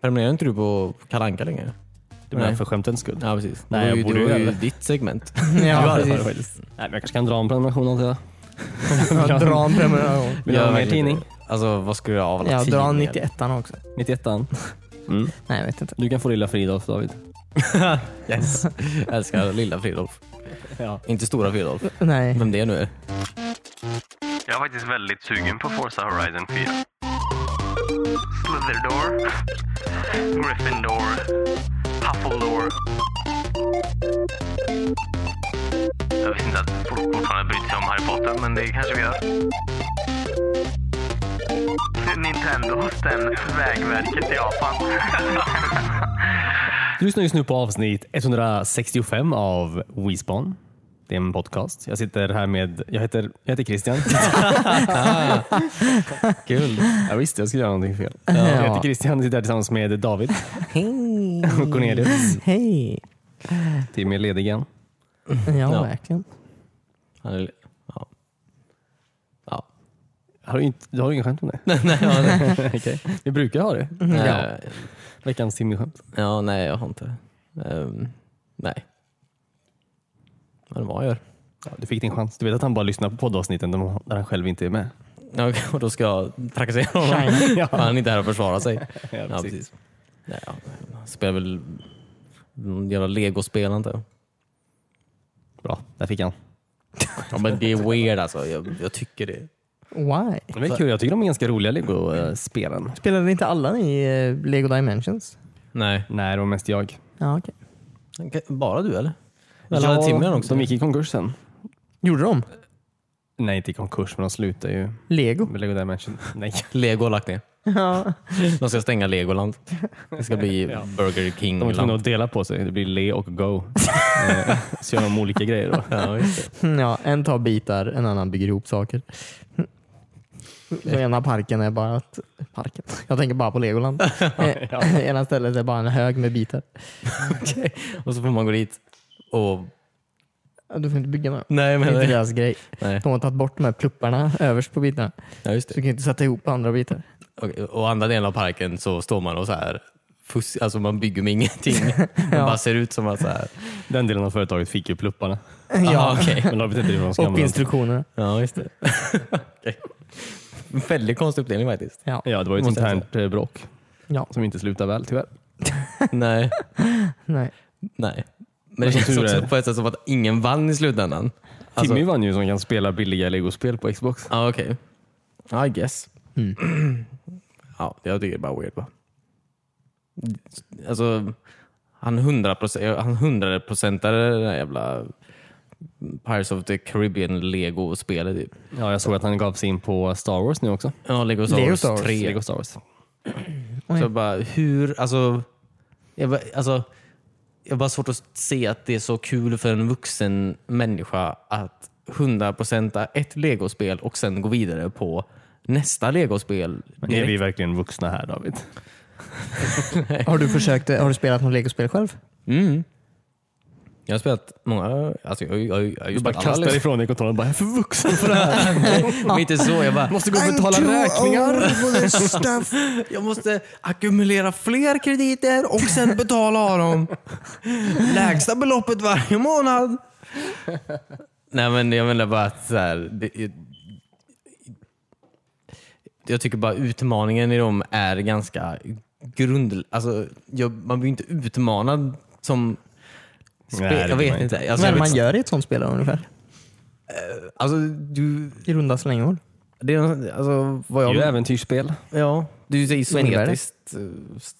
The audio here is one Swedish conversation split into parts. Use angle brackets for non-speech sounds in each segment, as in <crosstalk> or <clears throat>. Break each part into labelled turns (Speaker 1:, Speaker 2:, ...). Speaker 1: Prenumererar inte du på Kalanka längre?
Speaker 2: Det menar
Speaker 1: Nej.
Speaker 2: jag för skämtens skull.
Speaker 1: Ja, precis.
Speaker 2: Nej,
Speaker 1: det var
Speaker 2: jag
Speaker 1: ju,
Speaker 2: borde
Speaker 1: det var
Speaker 2: ju-
Speaker 1: ju ditt segment.
Speaker 2: Ja,
Speaker 3: Ja,
Speaker 2: det var det
Speaker 3: precis.
Speaker 2: faktiskt. Nej, men jag kanske kan dra en prenumeration antar jag.
Speaker 3: Ja, dra
Speaker 2: <laughs>
Speaker 3: en prenumeration.
Speaker 2: Vill du ha
Speaker 1: Jag
Speaker 2: mer
Speaker 1: verkligen-
Speaker 2: tidning?
Speaker 1: Alltså vad skulle jag ha av alla
Speaker 3: Ja, dra
Speaker 1: tidningar?
Speaker 3: 91 också.
Speaker 2: 91 mm.
Speaker 3: Nej, jag vet inte.
Speaker 2: Du kan få lilla Fridolf David.
Speaker 1: Yes. Jag älskar lilla Fridolf.
Speaker 2: Ja.
Speaker 1: Inte stora Fridolf.
Speaker 3: Nej.
Speaker 1: Vem det nu är.
Speaker 4: Jag är faktiskt väldigt sugen på Forza Horizon 4. Slytherdor. Gryffindor. Huffledore. Jag visste inte att folk fortfarande bryr sig om Harry Potter, men det kanske vi gör. Nintendo stämmer Vägverket i Japan.
Speaker 2: Du lyssnar just nu på avsnitt 165 av WeSpawn. Det är en podcast. Jag sitter här med, jag heter, jag heter Christian. Ah.
Speaker 1: Kul.
Speaker 2: jag visste jag skulle göra någonting fel. Jag heter Christian och sitter här tillsammans med David
Speaker 3: Hej!
Speaker 2: och Cornelius.
Speaker 3: Hej!
Speaker 2: Timmy är ledig igen.
Speaker 3: Ja,
Speaker 1: Ja.
Speaker 3: verkligen.
Speaker 1: Han är... Ja. Ja.
Speaker 2: Har du, inte, du har ingen skämt om det?
Speaker 1: nej, ja, nej. <laughs>
Speaker 2: Okej. Vi brukar ha det.
Speaker 1: Mm, Ja.
Speaker 2: Veckans Timmy-skämt.
Speaker 1: ja, nej jag har inte. Ehm, nej. Men vad gör?
Speaker 2: Ja, du fick din chans. Du vet att han bara lyssnar på poddavsnitten de- där han själv inte är med.
Speaker 1: Ja, okej, och då ska jag trakassera <laughs> honom?
Speaker 2: <laughs> Ja.
Speaker 1: Han är inte här och försvara sig.
Speaker 2: Ja,
Speaker 1: Ja,
Speaker 2: precis.
Speaker 1: precis. Nej, ja. Han Spelar väl någon jävla legospel antar jag.
Speaker 2: Bra, där fick han.
Speaker 1: Ja, men det är weird alltså. Jag, jag tycker det.
Speaker 3: Why?
Speaker 2: Men det är kul. Jag tycker de är ganska roliga eh, Lego-spelen.
Speaker 3: Spelade inte alla i eh, Lego Dimensions?
Speaker 1: Nej.
Speaker 2: Nej, det var mest jag.
Speaker 3: Ja, okej.
Speaker 1: Bara du eller? Eller hade Timmy den också?
Speaker 2: De gick i konkurs sen.
Speaker 3: Gjorde de?
Speaker 2: Nej, inte i konkurs, men de slutade ju
Speaker 3: Lego? <laughs>
Speaker 2: med Lego <laughs> Dimension. Nej.
Speaker 1: Lego har lagt ner.
Speaker 3: Ja.
Speaker 1: De ska stänga Legoland. Det ska <laughs> bli Burger King.
Speaker 2: De var tvungna att dela på sig. Det blir le och <laughs> go. Eh, Så gör de olika grejer då.
Speaker 1: Ja, just det.
Speaker 3: ja, en tar bitar, en annan bygger ihop saker. Den ena parken är bara att... Parken? Jag tänker bara på Legoland. Eh, <laughs> Ena stället är bara en hög med bitar.
Speaker 1: <laughs> Okej. Och så får man gå dit och...
Speaker 3: Du får inte bygga några.
Speaker 1: Nej,
Speaker 3: Det är
Speaker 1: men...
Speaker 3: inte deras grej.
Speaker 1: Nej.
Speaker 3: De har tagit bort de här plupparna överst på bitarna.
Speaker 1: Ja, just
Speaker 3: Så
Speaker 1: det.
Speaker 3: du kan inte sätta ihop andra bitar.
Speaker 1: Okej, Och andra delen av parken så står man och så här... Fuss, alltså man bygger med ingenting. <laughs> Man bara ser ut som att så här...
Speaker 2: Den delen av företaget fick ju plupparna.
Speaker 1: <laughs> Ja, okej.
Speaker 2: Men de vet inte hur de ska
Speaker 3: Och
Speaker 2: använda dem.
Speaker 3: instruktionerna.
Speaker 1: Ja, just det. <laughs> Okej. Väldigt konstig uppdelning faktiskt.
Speaker 3: Ja.
Speaker 2: Ja, det var ju ett
Speaker 1: Måste jag
Speaker 2: internt eh, bråk
Speaker 3: Ja.
Speaker 2: som inte slutade väl tyvärr.
Speaker 1: Nej.
Speaker 3: Nej.
Speaker 1: Nej. Men det
Speaker 2: som
Speaker 1: känns
Speaker 2: tur
Speaker 1: också
Speaker 2: är-
Speaker 1: på ett sätt som att ingen vann i slutändan. Alltså-
Speaker 2: Timmy vann ju som kan spela billiga Lego-spel på Xbox.
Speaker 1: Ja, okej. I guess.
Speaker 2: Mm.
Speaker 1: ja, jag tycker det är bara weird va? Alltså, han 100%, han 100%-are det där jävla Pirates of the Caribbean Lego-spelet typ.
Speaker 2: Ja, jag såg att han gav sig in på Star Wars nu också.
Speaker 1: Ja, Lego Star
Speaker 3: Lego
Speaker 1: Wars
Speaker 3: Star Wars.
Speaker 1: 3.
Speaker 2: Lego Star Wars.
Speaker 1: Så jag bara, hur, alltså jag, bara, alltså... jag har bara svårt att se att det är så kul för en vuxen människa att 100% ett legospel och sen gå vidare på nästa legospel.
Speaker 2: Men är vi verkligen vuxna här David?
Speaker 3: Har du försökt, har du spelat något legospel själv?
Speaker 1: Mm. Jag har spelat många, alltså jag, jag, jag, jag har ju
Speaker 2: Du bara
Speaker 1: spelat alla
Speaker 2: kastar
Speaker 1: spel.
Speaker 2: ifrån dig kontrollen och bara, jag är för vuxen för det här.
Speaker 1: Men inte så, jag bara,
Speaker 2: Måste gå och betala räkningar.
Speaker 3: <laughs> Alltså,
Speaker 1: jag måste ackumulera fler krediter och sen betala av dem. Lägsta beloppet varje månad. Nej men jag menar bara att så här, det, är- jag tycker bara utmaningen i dem är ganska grund... Alltså, jag, man blir inte utmanad som... Spe,
Speaker 2: Nej, det
Speaker 1: jag
Speaker 2: blir man
Speaker 1: vet inte.
Speaker 2: inte.
Speaker 3: Vad
Speaker 1: Alltså,
Speaker 3: är
Speaker 1: jag
Speaker 3: det man
Speaker 1: vet,
Speaker 3: gör i ett sånt spel då, ungefär?
Speaker 1: alltså, du,
Speaker 3: I runda slängor?
Speaker 1: Det är någon- alltså, vad
Speaker 2: Det
Speaker 1: jag...
Speaker 2: är ju äventyrsspel.
Speaker 1: ja, det är ju
Speaker 3: innebär det?
Speaker 1: isometriskt, eh,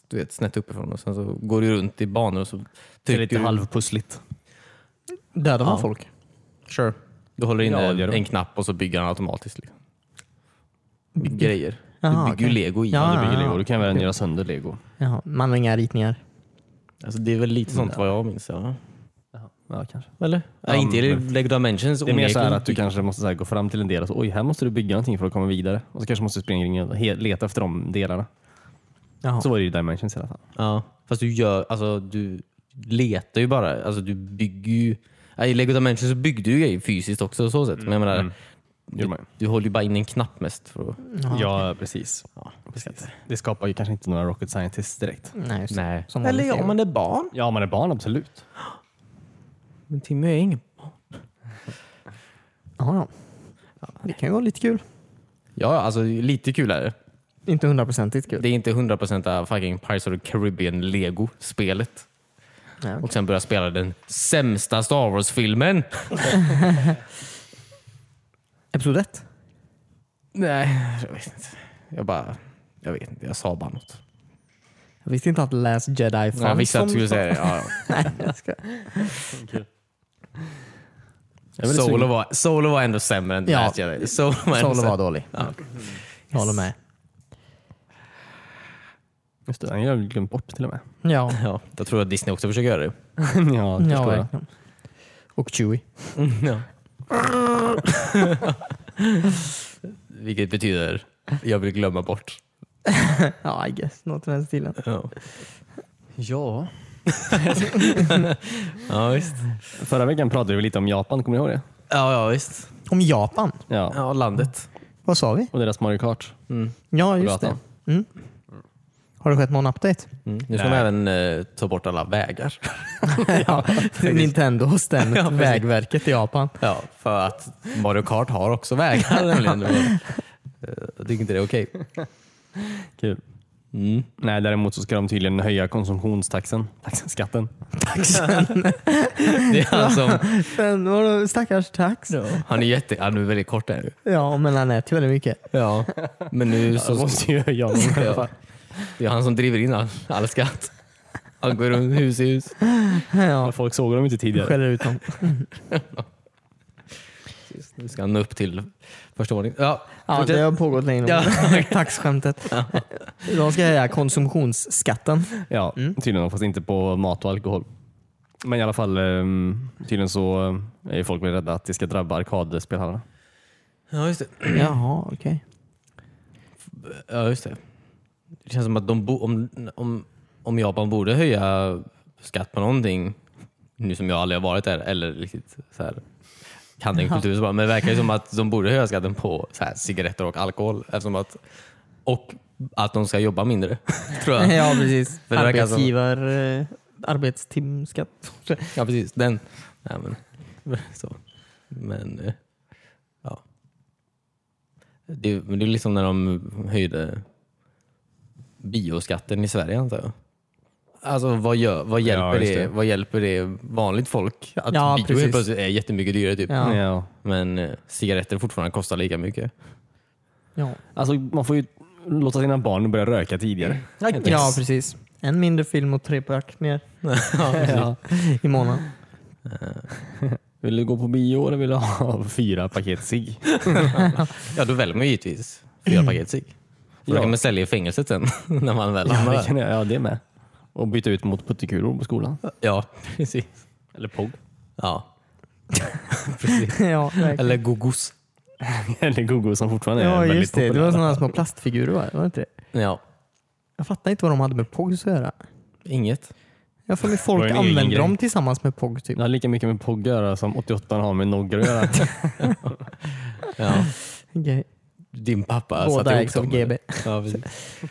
Speaker 1: du vet, snett uppifrån och sen så går du runt i banor och så
Speaker 2: Det är lite
Speaker 1: du...
Speaker 2: halvpussligt.
Speaker 3: Dödar man folk?
Speaker 1: Sure. Du håller
Speaker 2: Ja,
Speaker 1: inne
Speaker 2: det gör du.
Speaker 1: en knapp och så bygger han automatiskt. Liksom. Grejer. Du
Speaker 3: Jaha,
Speaker 1: bygger ju
Speaker 3: okej.
Speaker 1: lego i.
Speaker 3: Ja,
Speaker 2: Du
Speaker 1: Ja.
Speaker 2: bygger lego, du kan även göra sönder lego.
Speaker 3: Jaha, man har inga ritningar.
Speaker 1: Alltså, det är väl lite sånt vad jag minns. Ja.
Speaker 2: Ja, kanske.
Speaker 1: Eller? Nej, inte i
Speaker 2: men-
Speaker 1: Lego Dimensions.
Speaker 2: Det är mer så här
Speaker 1: onekligen.
Speaker 2: att du kanske måste så här gå fram till en del och så, oj, här måste du bygga någonting för att komma vidare. Och så kanske måste du springa omkring och he- leta efter de delarna.
Speaker 3: Jaha.
Speaker 2: Så var det ju i Dimensions i alla fall.
Speaker 1: Ja, fast du gör, alltså du letar ju bara.
Speaker 2: Mm.
Speaker 1: Alltså du bygger ju. Nej, I Lego Dimensions så byggde du ju grejer fysiskt också på så sätt. Men jag menar,
Speaker 2: gjorde man ju.
Speaker 1: Du håller ju bara in en knapp mest. För att,
Speaker 2: Ja, precis.
Speaker 1: ja,
Speaker 2: precis. Det skapar ju kanske inte några rocket scientists direkt.
Speaker 3: Nej, just det.
Speaker 1: Nej.
Speaker 3: Som
Speaker 1: Eller
Speaker 3: vanligt
Speaker 1: ja,
Speaker 3: är det.
Speaker 1: om man är barn.
Speaker 2: Ja, om man är barn, absolut.
Speaker 1: Men Timmy är ingen barn.
Speaker 3: Ja, ja. Det kan ju vara lite kul.
Speaker 1: Ja, alltså lite kul är det.
Speaker 3: Inte hundraprocentigt kul.
Speaker 1: Det är inte 100% av fucking Pirates of the Caribbean Lego-spelet.
Speaker 3: Nej, okej.
Speaker 1: Och sen börja spela den sämsta Star Wars-filmen.
Speaker 3: Episod 1.
Speaker 1: Nej, jag vet inte. Jag bara... Jag vet inte, jag sa bara något.
Speaker 3: Jag visste inte att Last Jedi fanns.
Speaker 1: Jag visste att du
Speaker 3: som-
Speaker 1: skulle säga det. Ja,
Speaker 3: <laughs> Nej, jag ska...
Speaker 1: ja. Solo, var, Solo var ändå sämre än
Speaker 3: Ja.
Speaker 1: Last Jedi. Solo var ändå
Speaker 3: Solo
Speaker 1: sämre.
Speaker 3: var dålig.
Speaker 1: Ja.
Speaker 3: Jag håller med.
Speaker 2: Just det, jag har glömt bort till och med.
Speaker 3: Ja,
Speaker 1: Ja, jag tror att Disney också försöker göra det.
Speaker 2: <laughs> ja, det
Speaker 3: ja
Speaker 2: förstår jag.
Speaker 3: verkligen. Och Chewie.
Speaker 1: Ja. <laughs> Vilket betyder jag vill glömma bort.
Speaker 3: Ja, I guess. Något i den stilen.
Speaker 1: Ja,
Speaker 2: Ja.
Speaker 1: ja visst.
Speaker 2: Förra veckan pratade vi lite om Japan, kommer ni ihåg det?
Speaker 1: Ja, ja, visst.
Speaker 3: Om Japan.
Speaker 2: Ja.
Speaker 1: Ja, landet.
Speaker 3: Vad sa vi?
Speaker 2: Och deras Mario Kart.
Speaker 3: Ja, just det.
Speaker 2: Prata.
Speaker 3: Mm. Har det skett någon update?
Speaker 1: Mm. Nu ska man
Speaker 2: Nej.
Speaker 1: även eh, ta bort alla vägar.
Speaker 3: <laughs> <laughs> Ja, Nintendo har stämt
Speaker 1: Ja, precis.
Speaker 3: Vägverket i Japan.
Speaker 1: <laughs> Ja, för att Mario Kart har också <laughs> vägar nämligen. Eh, Jag tycker inte det är okej.
Speaker 2: Kul.
Speaker 1: Mm.
Speaker 2: Nej, däremot så ska de tydligen höja konsumtionstaxen. Taxen, skatten.
Speaker 1: Det är han som... <laughs>
Speaker 3: Den var då stackars tax.
Speaker 1: Han är jätte... Han är väldigt kort där.
Speaker 3: Ja, men han äter väldigt mycket.
Speaker 1: Ja. Men nu
Speaker 2: Så
Speaker 1: så...
Speaker 2: måste ju höja <laughs> någon.
Speaker 1: <laughs> Ja. Det är han som driver in all, all skatt. Han går runt hus i hus.
Speaker 3: Ja,
Speaker 2: Folk såg dem inte tidigare.
Speaker 3: skäller ut dem.
Speaker 1: Nu ska han nå upp till första våningen. Ja,
Speaker 3: <laughs> Ja,
Speaker 1: fortsätt.
Speaker 3: det har pågått länge
Speaker 1: Ja.
Speaker 3: nog. <laughs> Taxskämtet. De ska höja konsumtionsskatten.
Speaker 2: Ja, tydligen. Fast inte på mat och alkohol. Men i alla fall, ehm, tydligen så eh, är folk väl rädda att det ska drabba arkadspelhallarna.
Speaker 1: ja, just det.
Speaker 3: <clears throat> Jaha, okej.
Speaker 1: Ja, just det. Det känns som att de bo, om, om, om Japan borde höja skatt på någonting, nu som jag aldrig har varit där eller riktigt så här, kan den kulturen, så bra, men det verkar ju som att de borde höja skatten på så här, cigaretter och alkohol eftersom att, och att de ska jobba mindre. <laughs> tror jag.
Speaker 3: <laughs> Ja, precis.
Speaker 1: För det verkar som-
Speaker 3: Arbetsgivar... eh, Arbetstimskatt.
Speaker 1: <laughs> Ja, precis. Den. Nej, men, <laughs> så. Men, eh, ja. Det, men det är liksom när de höjde bioskatten i Sverige antar jag. Alltså vad, gör, vad, hjälper
Speaker 2: Ja, just
Speaker 1: det.
Speaker 2: det.
Speaker 1: vad hjälper det vanligt folk att
Speaker 3: Ja,
Speaker 1: bio
Speaker 3: precis.
Speaker 1: helt plötsligt är jättemycket dyrare? Typ.
Speaker 3: Ja.
Speaker 2: Ja.
Speaker 1: Men eh, cigaretter fortfarande kostar lika mycket.
Speaker 3: Ja.
Speaker 2: Alltså, man får ju låta sina barn börja röka tidigare.
Speaker 3: ja, precis. En mindre film och tre pack mer
Speaker 2: Ja.
Speaker 3: i månaden. <laughs>
Speaker 2: Vill du gå på bio eller vill du ha <laughs> fyra paket cigg?
Speaker 1: Ja, då väljer man ju givetvis fyra paket cigg. För då
Speaker 2: Ja.
Speaker 1: kan man sälja i fängelset sen <laughs> när man väl hamnar
Speaker 2: Ja, det
Speaker 1: där.
Speaker 2: kan jag. Ja, det med. Och byta ut mot puttekulor på skolan.
Speaker 1: Ja, precis.
Speaker 2: Eller POG.
Speaker 1: Ja. <laughs> precis.
Speaker 3: ja, verkligen.
Speaker 1: Eller gogos.
Speaker 2: <laughs> Eller Google som fortfarande är
Speaker 3: ja,
Speaker 2: väldigt
Speaker 3: just det. Det var
Speaker 2: populära.
Speaker 3: sådana små plastfigurer va? var det inte det?
Speaker 1: Ja,
Speaker 3: Jag fattar inte vad de hade med POGs att göra.
Speaker 1: inget.
Speaker 3: Jag får med
Speaker 2: Var
Speaker 3: folk
Speaker 2: det en egen
Speaker 3: använder
Speaker 2: grej?
Speaker 3: dem tillsammans med POG typ.
Speaker 2: Det har lika mycket med POG att göra som 88 har med Nogger
Speaker 3: <laughs>
Speaker 2: att göra.
Speaker 1: Ja.
Speaker 3: Okej.
Speaker 1: Din pappa
Speaker 3: Båda
Speaker 1: satte ihop
Speaker 3: ägs av
Speaker 1: dem.
Speaker 3: GB.
Speaker 1: Ja, precis. <laughs>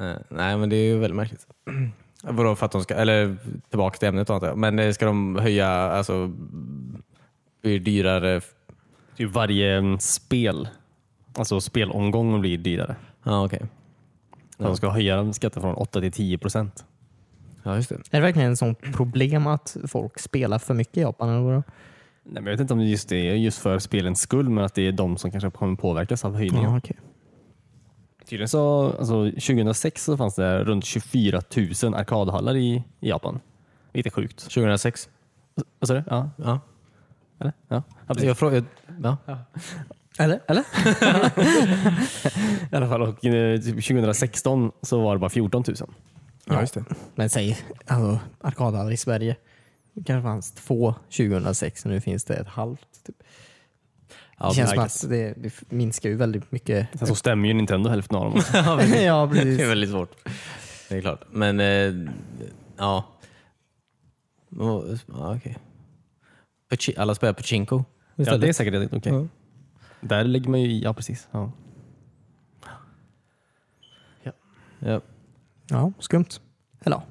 Speaker 1: Eh, Nej, men det är ju väldigt märkligt. <clears throat> Vadå för att de ska, eller tillbaka till ämnet antar jag, men eh, ska de höja, alltså blir dyrare?
Speaker 2: typ varje mm, spel, alltså spelomgången blir dyrare.
Speaker 1: Ja, okej.
Speaker 2: Så De ska höja skatten från 8 till 10 procent.
Speaker 1: Ja, just det.
Speaker 3: Är det verkligen ett sånt problem att folk spelar för mycket i Japan? Eller vadå?
Speaker 2: Nej, men jag vet inte om det just det är just för spelens skull, men att det är de som kanske kommer påverkas av höjningen.
Speaker 3: Ja, okej.
Speaker 2: Tydligen så, alltså 2006 så fanns det runt 24 000 arkadhallar i, i Japan. Vilket är sjukt.
Speaker 1: 2006?
Speaker 2: Vad sa du? Ja,
Speaker 1: Ja.
Speaker 2: eller? Ja. ja precis.
Speaker 1: Jag frågade, ja.
Speaker 3: Eller? Eller?
Speaker 2: I alla fall, och eh, typ 2016 så var det bara 14 000.
Speaker 1: ja, just det.
Speaker 3: Men säg, alltså, arkadhallar i Sverige. Det kanske fanns två 2006 och nu finns det ett halvt. Typ.
Speaker 1: Ja,
Speaker 3: det känns som
Speaker 1: verkligen.
Speaker 3: att det, det minskar ju väldigt mycket.
Speaker 2: Sen så stämmer ju Nintendo hälften av dem. också.
Speaker 3: <laughs> ja,
Speaker 1: Det är
Speaker 3: precis.
Speaker 1: väldigt svårt. Det är klart. Men eh, ja. Vad- ja, Okej. Pachi- Alla spelar Pachinko
Speaker 2: Ja,
Speaker 1: istället.
Speaker 2: det är säkert okej.
Speaker 1: Ja.
Speaker 2: Där lägger man ju i, ja precis. Ja.
Speaker 1: Ja.
Speaker 3: Ja, skumt. Eller ja.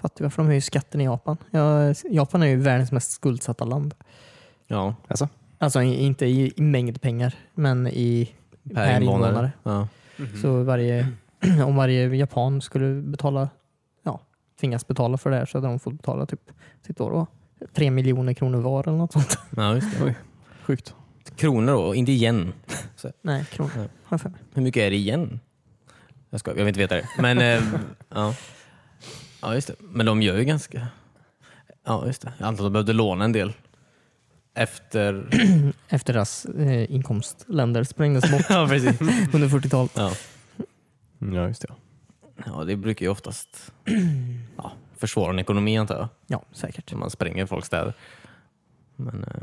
Speaker 3: Fattar varför de höjer skatten i Japan. Ja, Japan är ju världens mest skuldsatta land.
Speaker 1: ja.
Speaker 2: Alltså,
Speaker 3: Alltså i- inte i, i mängd pengar, men i per, invånare. Mhm.
Speaker 1: Ja.
Speaker 3: Så varje, <clears throat> om varje japan skulle betala, ja, tvingas betala för det här så hade de fått betala typ, sitt år då, tre miljoner kronor var eller något sånt. <laughs>
Speaker 1: Ja, just det.
Speaker 2: sjukt.
Speaker 1: Kronor då, inte igen.
Speaker 3: Nej, kronor. Har jag för mig.
Speaker 1: Hur mycket är det igen? Jag ska, jag vill inte veta det. Men, eh, ja. ja, just det. Men de gör ju ganska... Ja, just det. Jag antar att de behövde låna en del. Efter...
Speaker 3: Efter deras eh, inkomstländer sprängdes bort
Speaker 1: ja, precis.
Speaker 3: under 40-talet.
Speaker 1: Ja.
Speaker 2: Mm, Ja, just det.
Speaker 1: ja, det brukar ju oftast ja, försvåra en ekonomi antar jag.
Speaker 3: Ja, säkert.
Speaker 1: Så man spränger folks städer. Men... eh,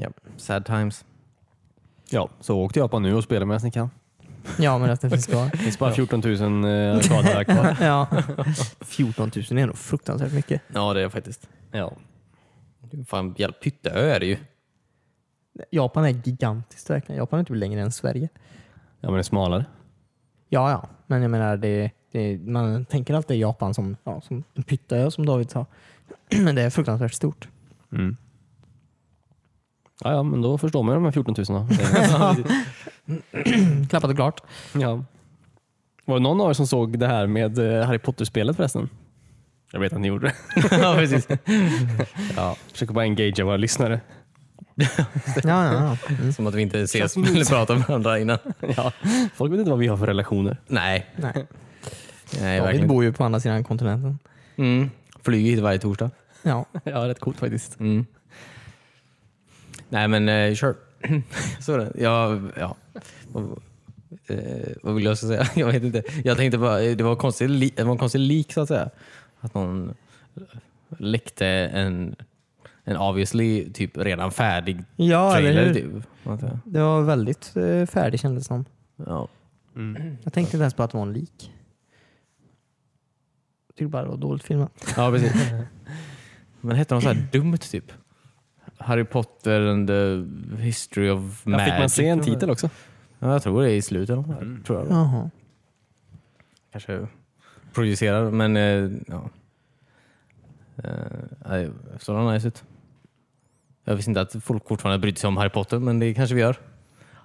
Speaker 1: Ja, sad times.
Speaker 2: Ja, så åk till Japan nu och spela medan ni kan.
Speaker 3: Ja, men att <laughs> det finns kvar.
Speaker 2: Det finns bara 14 000 eh, arkader <laughs> kvar.
Speaker 3: <laughs> ja. 14 000 är nog fruktansvärt mycket.
Speaker 1: Ja, det är det faktiskt.
Speaker 2: Ja.
Speaker 1: Fan, jävla pytteö <laughs> är det ju.
Speaker 3: Japan är gigantiskt räknat. Japan är typ längre än Sverige.
Speaker 2: ja, men det är smalare.
Speaker 3: Ja, ja, men jag menar, det, det, man tänker alltid Japan som, ja, som en pytteö som David sa. <clears throat> Men det är fruktansvärt stort.
Speaker 2: Ja, ja, men då förstår man ju de här 14 000. <laughs> då.
Speaker 3: Klappat och klart.
Speaker 2: ja. Var det någon av er som såg det här med eh, Harry Potter-spelet förresten? Jag vet att ni gjorde det.
Speaker 1: ja, precis.
Speaker 2: <laughs> Ja. Försöker bara engagera våra lyssnare.
Speaker 3: Ja, ja, ja.
Speaker 1: Som att vi inte ses eller pratar med varandra innan.
Speaker 2: Ja. Folk vet inte vad vi har för relationer.
Speaker 1: Nej,
Speaker 3: <laughs> Nej.
Speaker 1: nej
Speaker 3: David
Speaker 1: verkligen
Speaker 3: bor ju på andra sidan kontinenten.
Speaker 1: mm. Flyger hit varje torsdag.
Speaker 3: Ja,
Speaker 2: <laughs> Ja, rätt coolt faktiskt.
Speaker 1: Mm. Nej men eh, kör. <clears throat> Så är det. Ja, ja. Och, eh, vad vill jag ska säga? <laughs> Jag vet inte. Jag tänkte bara, eh, det var en konstig, li- det var en konstig lik så att säga. Att någon läckte en, en obviously typ redan färdig
Speaker 3: ja eller
Speaker 1: trailer.
Speaker 3: hur?
Speaker 1: Typ. Vad säger jag?
Speaker 3: Det var väldigt eh, färdig kändes det som.
Speaker 1: Ja.
Speaker 3: Jag tänkte inte ens på att det var en lik. Jag tyckte bara det var dåligt filmat.
Speaker 1: ja, precis. Men hette de så här dumt typ? Harry Potter and the history of
Speaker 2: Ja,
Speaker 1: magic.
Speaker 2: fick man se en titel Mm. också?
Speaker 1: Ja, jag tror det är i slutet. av de här, Tror jag.
Speaker 3: Jaha.
Speaker 1: kanske projicerar, men eh, ja. Eh, nej, sådana nice ut. Jag visste inte att folk fortfarande brydde sig om Harry Potter, men det kanske vi gör.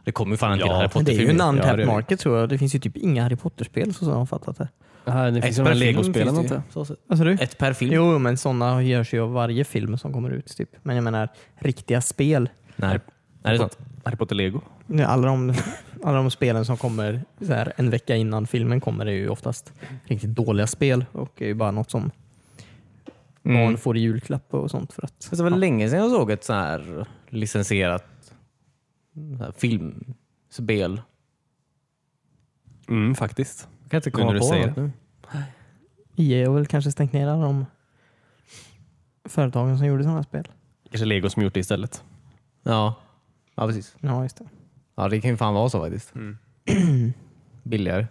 Speaker 1: Det kommer ju fan en till
Speaker 2: Ja,
Speaker 1: Harry
Speaker 3: Men det är ju
Speaker 1: Potter-film.
Speaker 3: en
Speaker 2: Ja, det är
Speaker 3: untapped
Speaker 2: det.
Speaker 3: market tror jag. Det finns ju typ inga Harry Potter-spel så som jag har fattat det.
Speaker 2: Ja, det finns ju
Speaker 1: Ett
Speaker 2: de här
Speaker 1: per film
Speaker 2: legospelen.
Speaker 1: finns det ju.
Speaker 2: inte?
Speaker 1: Så sett.
Speaker 3: Vad sa du?
Speaker 1: Ett per film?
Speaker 3: Jo, men sådana görs ju av varje film som kommer ut. Typ. Men jag menar, riktiga spel.
Speaker 1: Nej. Nej, det är sant.
Speaker 2: Harry Potter Lego.
Speaker 3: Alla de, <laughs> alla de spelen som kommer så här, en vecka innan filmen kommer är ju oftast riktigt dåliga spel och är ju bara något som barn får i julklapp och sånt. För att,
Speaker 1: Fast Det var länge sedan jag såg ett så här licensierat så här filmspel.
Speaker 2: Mm, faktiskt.
Speaker 1: Jag kan inte
Speaker 2: Nu
Speaker 1: komma
Speaker 2: när du
Speaker 1: på
Speaker 2: säger
Speaker 1: något
Speaker 2: det.
Speaker 1: nu.
Speaker 3: EA E har väl kanske stängt ner alla de företagen som gjorde sådana spel.
Speaker 2: Kanske Lego som gjort det istället.
Speaker 1: Ja. ja, precis.
Speaker 3: Ja, just det.
Speaker 1: Ja, det kan ju fan vara så faktiskt.
Speaker 2: Mm.
Speaker 1: <clears throat> Billigare.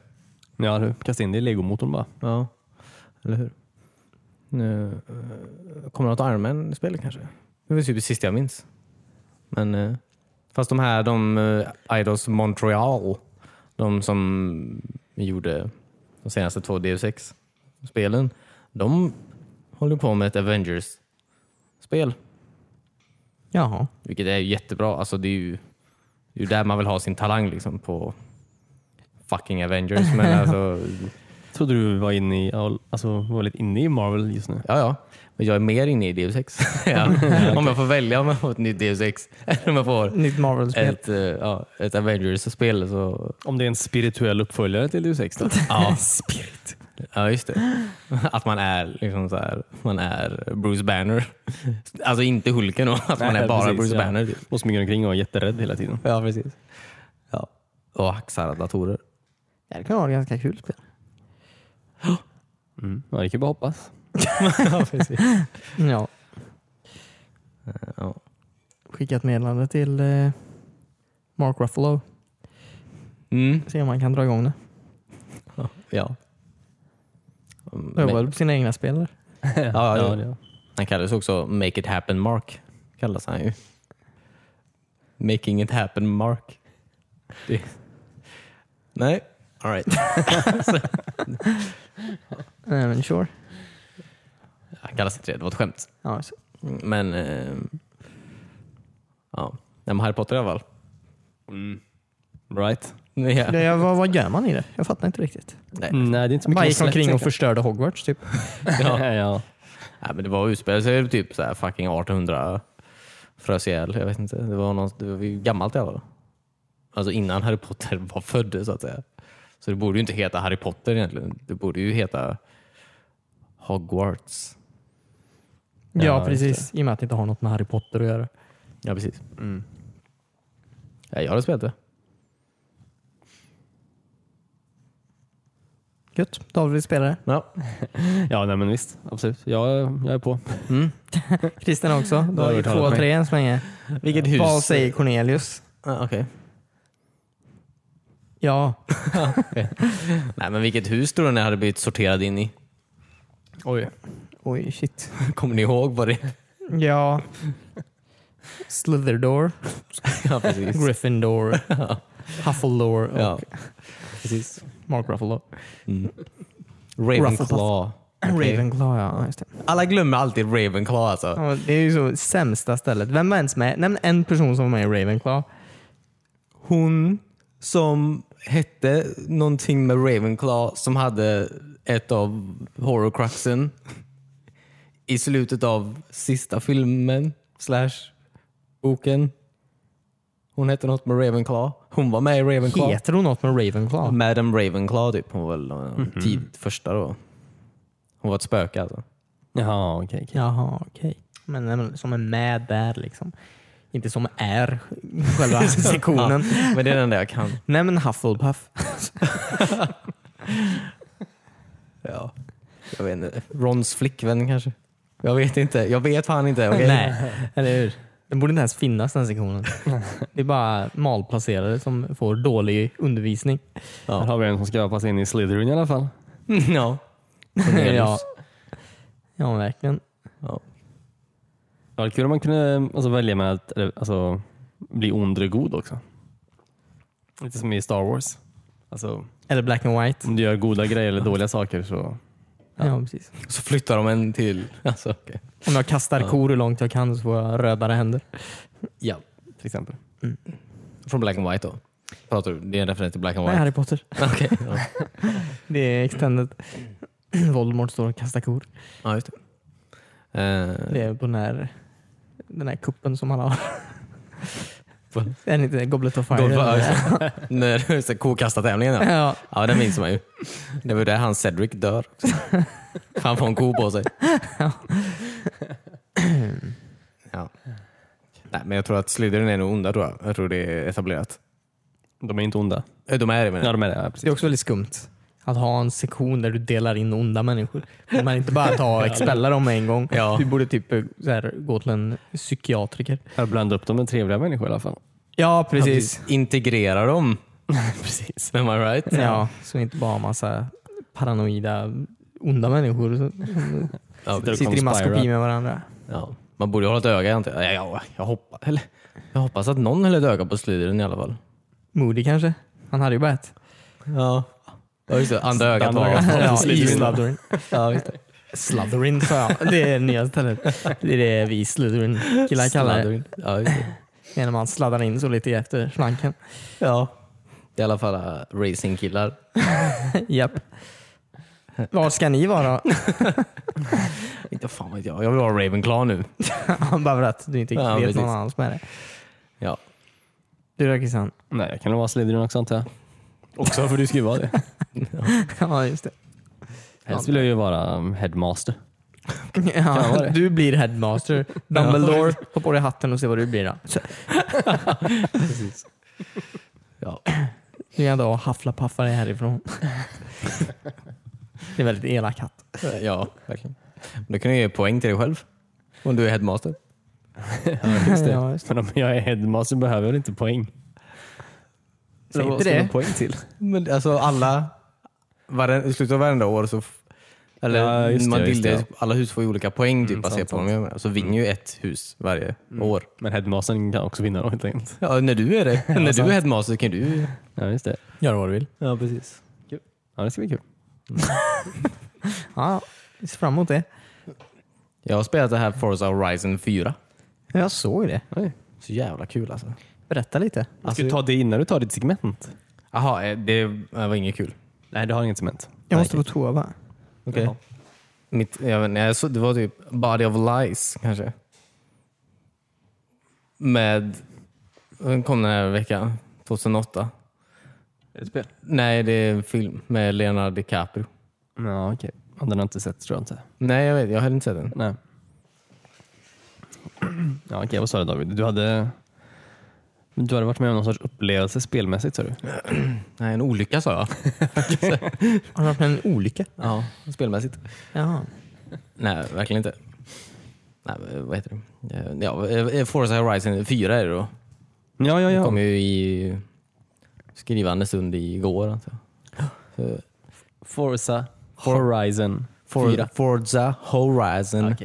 Speaker 2: Ja, du. Kasta in det i legomotorn bara.
Speaker 1: Ja, eller hur? Nu, eh, kommer något Ironman i spelet kanske? Det var typ det sista jag minns. Men, eh, fast de här, de eh, Idos Montreal, de som gjorde de senaste två Deus ex spelen de håller på med ett Avengers-spel.
Speaker 3: Jaha.
Speaker 1: Vilket är jättebra. Alltså, det är ju det är ju där man vill ha sin talang liksom, på fucking Avengers. Men alltså,
Speaker 2: Trodde du var inne i, alltså, var lite inne i Marvel just nu?
Speaker 1: Ja, ja. Men jag är mer inne i Deus Ex. <laughs> ja. Om jag får välja om jag får ett nytt Deus Ex <laughs> eller om jag får
Speaker 3: Nytt Marvel-spel.
Speaker 1: ett, eh, ja, ett Avengers-spel. Så...
Speaker 2: Om det är en spirituell uppföljare till Deus Ex då?
Speaker 1: <laughs> Ja. ja, just det. <laughs> Att man är, liksom så här, man är Bruce Banner. <laughs> Alltså inte Hulken då, att man är
Speaker 2: Nej,
Speaker 1: bara
Speaker 2: precis,
Speaker 1: Bruce
Speaker 2: ja.
Speaker 1: Banner. typ.
Speaker 2: Och smyger omkring och är jätterädd hela tiden.
Speaker 1: Ja, precis. Ja. Och hacksar datorer.
Speaker 3: Ja, det kan vara ett ganska kul spel.
Speaker 2: Mm. Ja, det kan ju
Speaker 1: <laughs>
Speaker 2: bara hoppas.
Speaker 3: Ja.
Speaker 1: Ja.
Speaker 3: Skicka ett meddelande till eh, Mark Ruffalo.
Speaker 1: Mm.
Speaker 3: Se om han kan dra igång det.
Speaker 1: ja.
Speaker 3: Överväldig på sina egna spelare.
Speaker 1: ja,
Speaker 2: <laughs> ja,
Speaker 1: Han kallades också Make It Happen Mark. Kallas han ju. Making it happen Mark. Det. Nej, alright.
Speaker 3: Nej, men sure.
Speaker 1: Han kallas inte det, det var ett skämt.
Speaker 3: Ja, så.
Speaker 1: Men... Eh, ja. Nej, men Harry Potter i alla fall.
Speaker 2: Right?
Speaker 1: Ja.
Speaker 3: Det, vad, vad gör man i det? Jag fattar inte riktigt.
Speaker 1: Nej.
Speaker 2: Nej, det är inte så mycket
Speaker 3: Bara
Speaker 2: man
Speaker 3: gick omkring och
Speaker 2: släpper.
Speaker 3: förstörde Hogwarts typ.
Speaker 2: ja. <laughs> ja.
Speaker 1: Nej, men det var utspelade sig typ så här fucking 1800 frös ihjäl. Jag vet inte. Det var, någon, det var ju gammalt i alla fall. Alltså innan Harry Potter <laughs> var född så att säga. Så det borde ju inte heta Harry Potter egentligen. Det borde ju heta Hogwarts.
Speaker 3: Ja,
Speaker 2: Ja,
Speaker 3: precis. I och med att det inte har något med Harry Potter att göra.
Speaker 1: Ja, precis. Ja, jag har spelat det.
Speaker 3: Gött. David vill spela det.
Speaker 1: Ja.
Speaker 2: ja, nej men visst. Absolut. Jag, jag är på.
Speaker 3: Christian också. Då
Speaker 2: har
Speaker 3: har
Speaker 2: du
Speaker 3: vi
Speaker 2: övertalat
Speaker 3: två
Speaker 2: mig.
Speaker 3: tre än så länge.
Speaker 1: Vilket hus?
Speaker 3: Vad säger Cornelius?
Speaker 1: Ah, okej.
Speaker 3: Ja.
Speaker 1: Nej, men vilket hus tror du ni hade blivit sorterad in i?
Speaker 3: Oj. Oj, shit.
Speaker 1: Kommer ni ihåg vad <laughs> det
Speaker 3: Ja. Slitherdoor,
Speaker 1: ja, precis. <laughs>
Speaker 3: Gryffindor, Huffledore och
Speaker 1: Ja, precis.
Speaker 3: Mark Ruffalo.
Speaker 1: Ravenclaw. Okej.
Speaker 3: Ravenclaw, ja. Just det.
Speaker 1: Alla glömmer alltid Ravenclaw alltså.
Speaker 3: ja. Det är ju så sämsta stället. Vem var ens med? Nämn en person som var med i Ravenclaw.
Speaker 1: Hon som hette någonting med Ravenclaw som hade ett av horrorcruxen i slutet av sista filmen slash boken. Hon hette något med Ravenclaw. Hon var med i Ravenclaw. Mm.
Speaker 3: Heter hon något med Ravenclaw?
Speaker 1: Madam Ravenclaw typ. Hon var väl mm tidigt första då. Hon var ett spöke alltså.
Speaker 2: Jaha, okej. okej.
Speaker 3: Jaha, okej. Men, nej, men som är med där liksom. Inte som är
Speaker 1: <laughs>
Speaker 3: själva sektionen.
Speaker 1: Ja, men det är den där jag kan.
Speaker 3: Nej men Hufflepuff.
Speaker 1: Ja. Jag vet inte. Rons flickvän kanske? Jag vet inte. Jag vet fan inte. <laughs> okej?
Speaker 3: Nej, eller hur? Den borde inte ens finnas den sektionen. Det är bara malplacerade som får dålig undervisning.
Speaker 2: Här har vi en som ska passa in i Slytherin i alla fall.
Speaker 1: <laughs> ja. Cornelius.
Speaker 3: <laughs> ja. ja, men verkligen.
Speaker 1: Ja.
Speaker 2: Ja, det är kul om man kunde alltså, välja med att eller, alltså, bli ond eller god också. Lite som i Star Wars. Alltså,
Speaker 3: Eller black and white.
Speaker 2: om du gör goda grejer eller dåliga saker så...
Speaker 3: Ja. precis.
Speaker 1: Så flyttar de en till. Alltså, okej.
Speaker 3: Om jag kastar kor hur långt jag kan så får jag rödare händer.
Speaker 1: Ja.
Speaker 2: Till exempel.
Speaker 1: Från Black and White då? Pratar du? Det är en referens till Black and
Speaker 3: Nej,
Speaker 1: White?
Speaker 3: Harry Potter.
Speaker 1: Okej. Ja.
Speaker 3: Det är extended. <clears throat> Voldemort står och kastar kor.
Speaker 1: ja, just det. Eh,
Speaker 3: Det är på den här, den här kuppen som han har. <laughs>
Speaker 1: Vad?
Speaker 3: Är det inte Goblet of Fire?
Speaker 1: Då var, Eh, <laughs> när så här kokastartävlingen ja.
Speaker 3: <laughs> ja.
Speaker 1: Ja, den minns man ju. Det var där han Cedric dör. också. Han får en ko på sig. Ja. Nej, men jag tror att Slytherin är nog onda tror jag. Jag tror det är etablerat.
Speaker 2: De är inte onda.
Speaker 1: Eh, De är det menar
Speaker 2: Ja,
Speaker 1: jag.
Speaker 2: de är det. Ja,
Speaker 3: Det är
Speaker 2: precis.
Speaker 3: också väldigt skumt att ha en sektion där du delar in onda människor. Man inte bara ta och expella dem med en gång.
Speaker 1: Ja.
Speaker 3: Du borde typ eh, så här, gå till en psykiatriker.
Speaker 2: Jag blandar upp dem med trevliga människor i alla fall.
Speaker 3: Ja,
Speaker 1: Integrera dem. <laughs> precis. Am I right?
Speaker 3: Ja, så inte bara massa paranoida onda människor som
Speaker 1: Ja,
Speaker 2: Sitter och
Speaker 3: sitter i maskopi
Speaker 2: conspira.
Speaker 3: med varandra.
Speaker 1: Ja. Man borde ju hålla ett öga antar jag. Ja, ja, jag, hoppas, eller, jag hoppas att någon höll ett öga på Slytherin i alla fall.
Speaker 3: Moody kanske? Han hade ju bara ett.
Speaker 1: Ja, ja just det. Andra ögat
Speaker 2: Andra
Speaker 1: var... <laughs>
Speaker 2: ögat.
Speaker 3: <laughs> Ja, i
Speaker 2: Slytherin.
Speaker 3: Slytherin.
Speaker 1: Ja, just det.
Speaker 3: Slytherin sa jag. Det är det nya stället. Det är det vi Slytherin-killar kallar det.
Speaker 1: Slytherin. Ja, just det.
Speaker 3: När man sladdar in så lite efter slanken.
Speaker 1: Ja. Det är i alla fall äh, racingkillar.
Speaker 3: <laughs> Japp. Var ska ni vara? <laughs>
Speaker 1: Inte fan vet jag. Jag vill vara Ravenclaw nu.
Speaker 3: Bara för att du inte
Speaker 1: Ja,
Speaker 3: vet
Speaker 1: precis.
Speaker 3: någon annan som är det.
Speaker 1: Ja.
Speaker 3: Du då Christian? <laughs>
Speaker 2: Nej, jag kan nog vara Slytherin också antar jag. Också för du ska ju vara det.
Speaker 3: Ja, just det.
Speaker 2: <laughs> Helst vill jag ju vara um, headmaster.
Speaker 3: Ja,
Speaker 2: vara det.
Speaker 3: du blir headmaster. Dumbledore, ta på dig hatten och se vad du blir då. Så,
Speaker 1: Ja.
Speaker 3: du kan inte ha hafflapaffar dig härifrån. Det är en väldigt elak hatt.
Speaker 1: ja, verkligen. Men då kan du ge poäng till dig själv. Om du är headmaster.
Speaker 2: Just det.
Speaker 3: Ja, just
Speaker 2: Men om jag är headmaster behöver jag inte poäng.
Speaker 3: Säg
Speaker 2: Vad
Speaker 3: inte
Speaker 2: ska
Speaker 3: det.
Speaker 2: man poäng till?
Speaker 1: Men alltså alla... Varen, I slutet av varenda år så f- Eller
Speaker 2: Ja, just det,
Speaker 1: man
Speaker 2: ja, just
Speaker 1: vill
Speaker 2: det,
Speaker 1: det. Alla hus får ju olika poäng typ,
Speaker 2: Mm,
Speaker 1: baserat
Speaker 2: sant,
Speaker 1: på vad de gör med det. Så vinner ju ett hus varje år.
Speaker 2: Men headmastern kan också vinna då helt enkelt.
Speaker 1: Mm. Ja, när du <laughs> är det. när du
Speaker 3: sant.
Speaker 1: är headmaster kan du...
Speaker 2: Ja, just det.
Speaker 3: Gör vad du vill.
Speaker 1: Ja, precis.
Speaker 2: Ja, det ska bli kul.
Speaker 3: Ja, vi ser fram emot det.
Speaker 1: Jag har spelat det här Forza Horizon 4.
Speaker 3: Jag såg det.
Speaker 2: Oj.
Speaker 1: Så jävla kul alltså.
Speaker 3: Berätta lite.
Speaker 2: Ska du ta det innan du tar ditt segment?
Speaker 1: Jaha, eh, det eh, var inget kul.
Speaker 2: Nej, du har inget segment.
Speaker 3: Jag måste gå på toa va?
Speaker 1: Okej. Mitt, jag vet, inte, jag så, det var typ Body of Lies kanske. Med... Den kom den här veckan. 2008.
Speaker 2: Är det spel?
Speaker 1: Nej, det är en film med Leonardo DiCaprio.
Speaker 2: Ja, okej. Ja, Den har jag inte sett tror jag inte.
Speaker 1: Nej, jag vet. Jag har inte sett den.
Speaker 2: Nej. <clears throat> Ja, okej, vad sa du David? Du hade, du hade varit med om någon sorts upplevelse spelmässigt sa du?
Speaker 1: Nej, en olycka sa jag.
Speaker 3: Har du varit med om en olycka?
Speaker 1: Ja, spelmässigt.
Speaker 3: Ja.
Speaker 1: Nej, verkligen inte. Nej, men vad heter det? Eh, Ja, eh, Forza Horizon 4 är det då.
Speaker 2: Ja, ja,
Speaker 1: Det kom ju i skrivande stund igår alltså. antar jag.
Speaker 2: Forza Horizon
Speaker 1: For,
Speaker 2: 4.
Speaker 1: Forza Horizon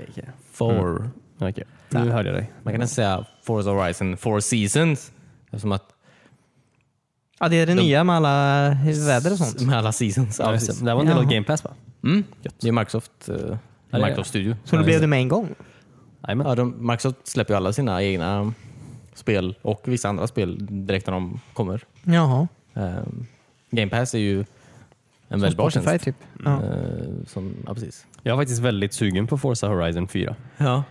Speaker 1: 4.
Speaker 2: Okej, nu hörde jag dig.
Speaker 1: Man kan nästan säga Forza Horizon 4 Seasons. Eftersom att
Speaker 3: ja, det är det nya med alla väder och sånt.
Speaker 1: med alla seasons.
Speaker 2: Ja,
Speaker 1: Ja,
Speaker 2: just
Speaker 1: precis.
Speaker 2: det. det här var en del av
Speaker 3: Ja.
Speaker 2: Game Pass va?
Speaker 1: mm. Det är Microsoft, eh,
Speaker 2: det är-
Speaker 1: Microsoft Studio.
Speaker 3: Så då blev det med en gång.
Speaker 2: Jajamän.
Speaker 1: Ja, de, Microsoft släpper ju alla sina egna spel och vissa andra spel direkt när de kommer.
Speaker 3: Jaha.
Speaker 1: Ehm, Game Pass är ju en
Speaker 3: Som
Speaker 1: väldigt bra tjänst.
Speaker 3: Spotify typ. Ja.
Speaker 1: Eh, som, ja, precis.
Speaker 2: Jag är faktiskt väldigt sugen på Forza Horizon 4.
Speaker 1: Ja.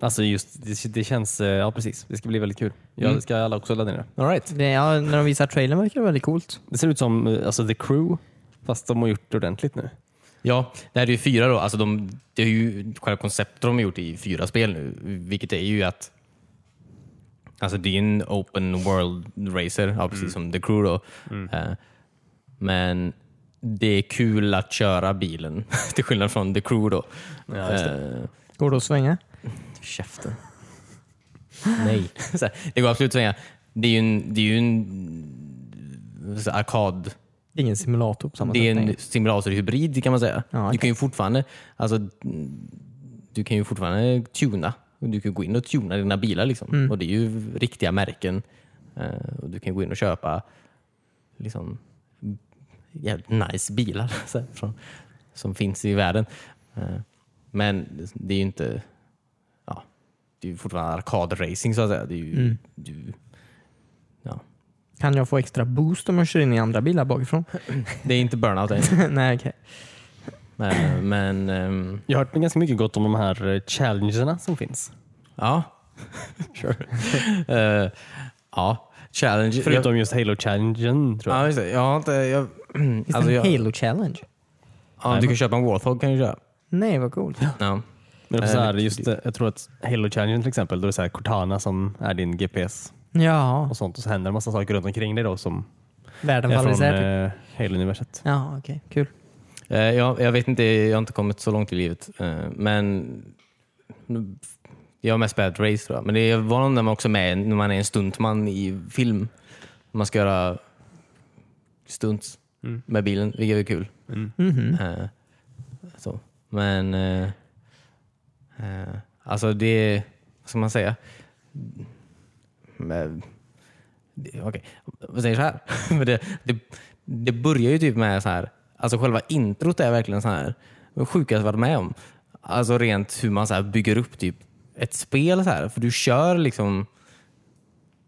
Speaker 2: Alltså just, det, det känns, eh, ja precis, det ska bli väldigt kul. Jag
Speaker 1: Mm.
Speaker 2: ska alla också ladda ner det.
Speaker 1: All right.
Speaker 3: Det, ja, när de visar trailern verkar det väldigt coolt.
Speaker 2: Det ser ut som eh, alltså, The Crew, fast de har gjort det ordentligt nu.
Speaker 1: Ja, det här är ju fyra då. Alltså de, det är ju själva konceptet de har gjort i fyra spel nu, vilket är ju att Alltså det är ju en open world racer, ja, precis
Speaker 3: Mm.
Speaker 1: som The Crew då. Eh, men det är kul att köra bilen, <laughs> till skillnad från The Crew då. Eh,
Speaker 3: Går det att svänga?
Speaker 1: Käften. Nej. <laughs> Så här, det går absolut att svänga. Det är ju en, det är ju en så här, arkad...
Speaker 3: Det är ingen simulator på samma
Speaker 1: Det är
Speaker 3: sätt.
Speaker 1: en
Speaker 3: längre.
Speaker 1: simulatorhybrid kan man säga.
Speaker 3: Ja, okej.
Speaker 1: Du kan ju fortfarande alltså, mm, du kan ju fortfarande tuna. Du kan gå in och tuna dina bilar. Liksom. Och Det är ju riktiga märken. Eh, och Du kan gå in och köpa liksom, jävligt nice bilar <laughs> så här, från, som finns i världen. Eh, Men det är ju inte... Ja, det är ju fortfarande arkadracing så att säga. Det är ju, du, ja.
Speaker 3: Kan jag få extra boost om jag kör in i andra bilar bakifrån? <laughs>
Speaker 1: Det är inte burnout än.
Speaker 3: Nej, okej.
Speaker 1: Men, men ehm,
Speaker 2: Jag har hört ganska mycket gott om de här eh, challengerna som finns.
Speaker 1: Ja. sure. Eh, ja. Challenge.
Speaker 2: Förutom just Halo-challengen tror jag.
Speaker 1: Ja, just det. Jag har inte... Jag,
Speaker 3: Finns
Speaker 1: alltså
Speaker 3: det
Speaker 1: jag,
Speaker 3: en Halo Challenge?
Speaker 1: ja, du kan köpa en Warthog kan du köpa.
Speaker 3: Nej, vad coolt.
Speaker 1: Ja.
Speaker 2: Men det är så
Speaker 1: Nej,
Speaker 2: här,
Speaker 1: det är
Speaker 2: just, eh, jag tror att Halo-challengen till exempel, då är det så här Cortana som är din GPS
Speaker 3: Ja,
Speaker 2: och sånt och så händer det massa saker runt omkring dig då som
Speaker 3: världen
Speaker 2: är
Speaker 3: faller
Speaker 2: från
Speaker 3: isär. typ.
Speaker 2: eh, Halo-universet.
Speaker 3: Ja, okej. Kul.
Speaker 1: Eh, ja, jag vet inte, jag har inte kommit så långt i livet. Eh, men jag har mest spelat race tror jag. Men det var någon när man också är med när man är en stuntman i film. Man ska göra stunts med bilen, vilket är kul. Eh, så. Men eh, eh, alltså det, vad ska man säga? Men, det- Okej, vad säger så här? <laughs> Men det, det, det börjar ju typ med så här, alltså själva introt är verkligen så här, det sjukaste jag varit med om. Alltså rent hur man så här bygger upp typ ett spel så här, för du kör liksom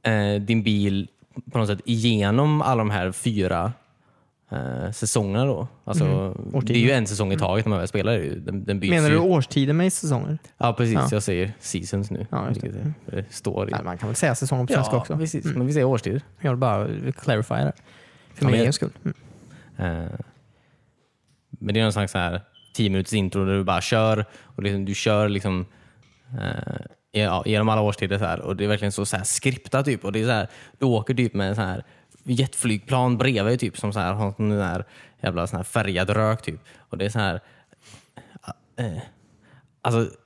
Speaker 1: eh, din bil på något sätt igenom alla de här fyra eh, säsongerna då. Alltså, Det är ju en säsong i taget när man väl spelar. det är ju- Den, den byts
Speaker 3: Mm. Menar du
Speaker 1: ju.
Speaker 3: årstider med säsonger?
Speaker 1: Ja precis,
Speaker 3: Ja.
Speaker 1: jag säger seasons nu.
Speaker 3: Ja, just det.
Speaker 1: vilket det. det står i.
Speaker 3: Nej, man kan väl säga säsonger på svenska också? Mm.
Speaker 1: precis. Men vi säger årstider.
Speaker 3: Jag vill bara clarify det.
Speaker 1: Ja,
Speaker 3: För min
Speaker 1: men-
Speaker 3: egen skull. Mm.
Speaker 1: Eh, Men det är någon slags så här 10 minuters intro där du bara kör och liksom, du kör liksom eh, ja, genom alla årstider så här, och det är verkligen så, så här skriptat typ och det är så här, du åker typ med en så här jetflygplan bredvid typ som så här, har sån där jävla sån här färgad rök typ och det är så här eh, alltså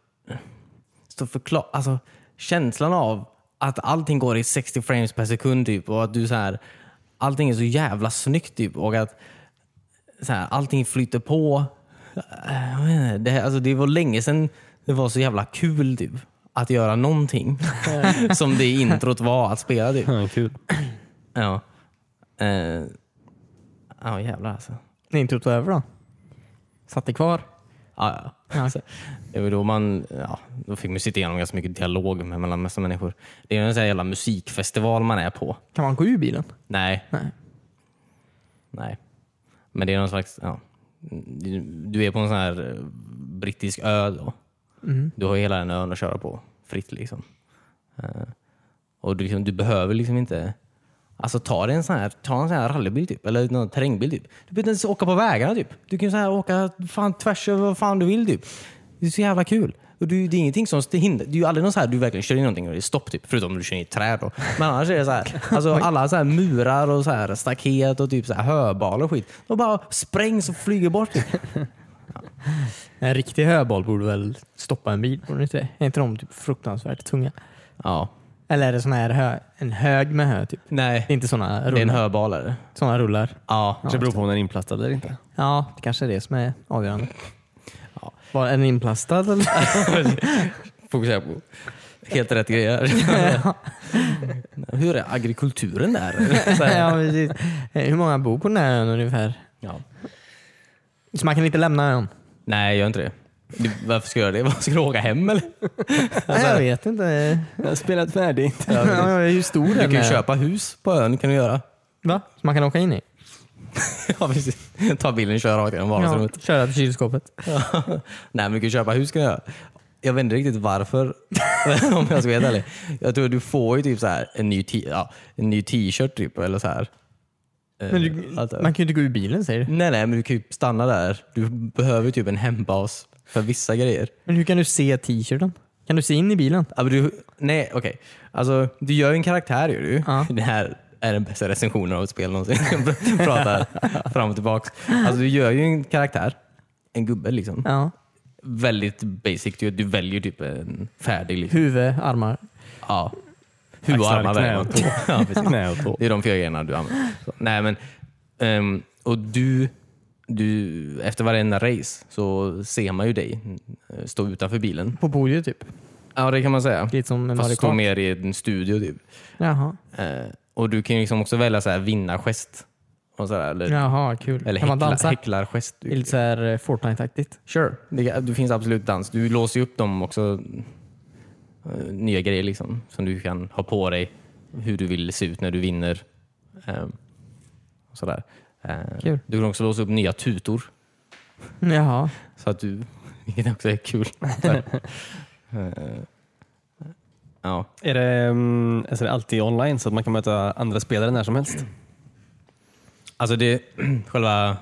Speaker 1: så förklar, alltså, känslan av att allting går i 60 frames per sekund typ och att du så här, allting är så jävla snyggt typ och att så här, allting flyter på. jag vet inte, det, här- alltså, det var länge sedan det var så jävla kul typ, att göra någonting <laughs> som det introt var att spela. Typ.
Speaker 2: Ja, <laughs> kul.
Speaker 1: Ja. Eh, ja, jävlar alltså.
Speaker 3: Ni inte tog över då? Satt ni kvar?
Speaker 1: Ja, ja.
Speaker 3: Ja. alltså.
Speaker 1: Så, det var då, man, ja, då fick man sitta igenom ganska mycket dialog med mellan massa människor. Det är ju en sån här jävla musikfestival man är på.
Speaker 3: Kan man gå ur bilen?
Speaker 1: Nej,
Speaker 3: Nej.
Speaker 1: nej. Men det är någon slags... Ja. Du- Du är på en sån här eh, brittisk ö då.
Speaker 3: Mm.
Speaker 1: Du har ju hela den ön att köra på fritt. liksom. Eh, Och du, liksom, du behöver liksom inte... Alltså ta dig en sån här, ta en sån här rallybil typ, eller någon terrängbil typ. Du behöver inte ens åka på vägarna typ. Du kan ju så här åka fan, tvärs över vad fan du vill typ. Det är så jävla kul. Och du, det är ingenting som hindrar. Det är ju aldrig någon så här, du verkligen kör in någonting och det är stopp typ. Förutom om du kör in i ett träd då. Men annars är det så <laughs> här, alltså alla så här murar och så här staket och typ så här höbalar och skit. De bara sprängs och flyger bort typ.
Speaker 3: En riktig höboll borde väl stoppa en bil? Borde inte det? Är inte de typ fruktansvärt tunga?
Speaker 1: Ja.
Speaker 3: Eller är det sån här hö, en hög med hö? Typ? Det är
Speaker 1: Nej,
Speaker 3: inte såna
Speaker 1: det är en
Speaker 3: rullar?
Speaker 1: höbalare.
Speaker 3: Såna rullar?
Speaker 1: Ja.
Speaker 2: Det beror på om den är inplastad eller inte.
Speaker 3: Ja, det kanske är det som är avgörande. Var den inplastad eller?
Speaker 1: fokusera på helt rätt grejer.
Speaker 2: <laughs>
Speaker 1: Hur är agrikulturen där? Så
Speaker 2: <laughs>
Speaker 1: här.
Speaker 3: <laughs> ja, precis. Eh, Hur många bor på den här ön ungefär?
Speaker 1: Ja.
Speaker 3: Så man kan inte lämna
Speaker 1: <laughs>
Speaker 3: ön?
Speaker 1: Nej, gör inte det. Du, varför ska jag göra det? Ska du åka hem eller?
Speaker 3: Nej, jag vet inte.
Speaker 2: Jag har spelat färdigt.
Speaker 3: Ja, hur stor
Speaker 1: Du
Speaker 3: den
Speaker 1: kan ju
Speaker 3: är.
Speaker 1: köpa hus på ön. kan du göra. <laughs>
Speaker 3: Va? Som man kan åka in i?
Speaker 1: Ja, precis. Ta bilen och köra rakt genom vardagsrummet.
Speaker 3: köra till kylskåpet.
Speaker 1: Eh, <laughs> Nej, men du kan köpa hus kan jag göra. Jag vet inte riktigt varför, <laughs> om jag ska vara helt ärlig. Jag tror du får ju typ så här en ny t- ja, en ny t-shirt typ, eller så här. Eh,
Speaker 3: Men du,
Speaker 1: allt-
Speaker 3: man kan ju inte gå ur bilen säger du.
Speaker 1: Nej, nej, men du kan ju stanna där. Du behöver ju typ en hembas för vissa grejer.
Speaker 3: Men hur kan du se t-shirten? Kan du se in i bilen?
Speaker 1: Ja, men du, nej, okej. Alltså, du gör ju en karaktär, gör du.
Speaker 3: Ja.
Speaker 1: Det här är den bästa recensionen av ett spel någonsin. <laughs> Jag pratar fram och tillbaka. Alltså, du gör ju en karaktär. En gubbe liksom.
Speaker 3: Ja.
Speaker 1: Väldigt basic. Du, du väljer typ en färdig. Liksom.
Speaker 3: Huvud, armar.
Speaker 1: Ja. Hur
Speaker 2: Axlar,
Speaker 1: armar
Speaker 2: knä
Speaker 1: väljer man?
Speaker 2: och tå.
Speaker 1: <laughs> Ja, precis.
Speaker 2: Nej, jag tror.
Speaker 1: Det är de fyra grejerna du använder. Så, nej, men, ehm, och du, du, efter varenda race så ser man ju dig eh, stå utanför bilen.
Speaker 3: På podiet typ.
Speaker 1: Ja, det kan man säga.
Speaker 3: Lite som med Mario
Speaker 1: Fast stå
Speaker 3: Kart.
Speaker 1: mer i en studio. Typ.
Speaker 3: Jaha.
Speaker 1: Eh, och du kan ju liksom också välja så här vinnargest. Och så där, eller
Speaker 3: Jaha, kul.
Speaker 1: eller
Speaker 3: kan man
Speaker 1: häckla,
Speaker 3: dansa?
Speaker 1: häcklargest. typ.
Speaker 3: Det är lite såhär eh, Fortnite-aktigt.
Speaker 1: Sure. Det, det finns absolut dans. Du låser ju upp dem också. eh, nya grejer liksom, som du kan ha på dig. Hur du vill se ut när du vinner. Eh, och sådär. Eh,
Speaker 3: Kul.
Speaker 1: Du kan också låsa upp nya tutor.
Speaker 3: Jaha.
Speaker 1: Så att du, <laughs> vilket också är kul. Så här. Eh, ja.
Speaker 2: Är det, mm, alltså, är det alltid online så att man kan möta andra spelare när som helst?
Speaker 1: Alltså det, <clears throat> själva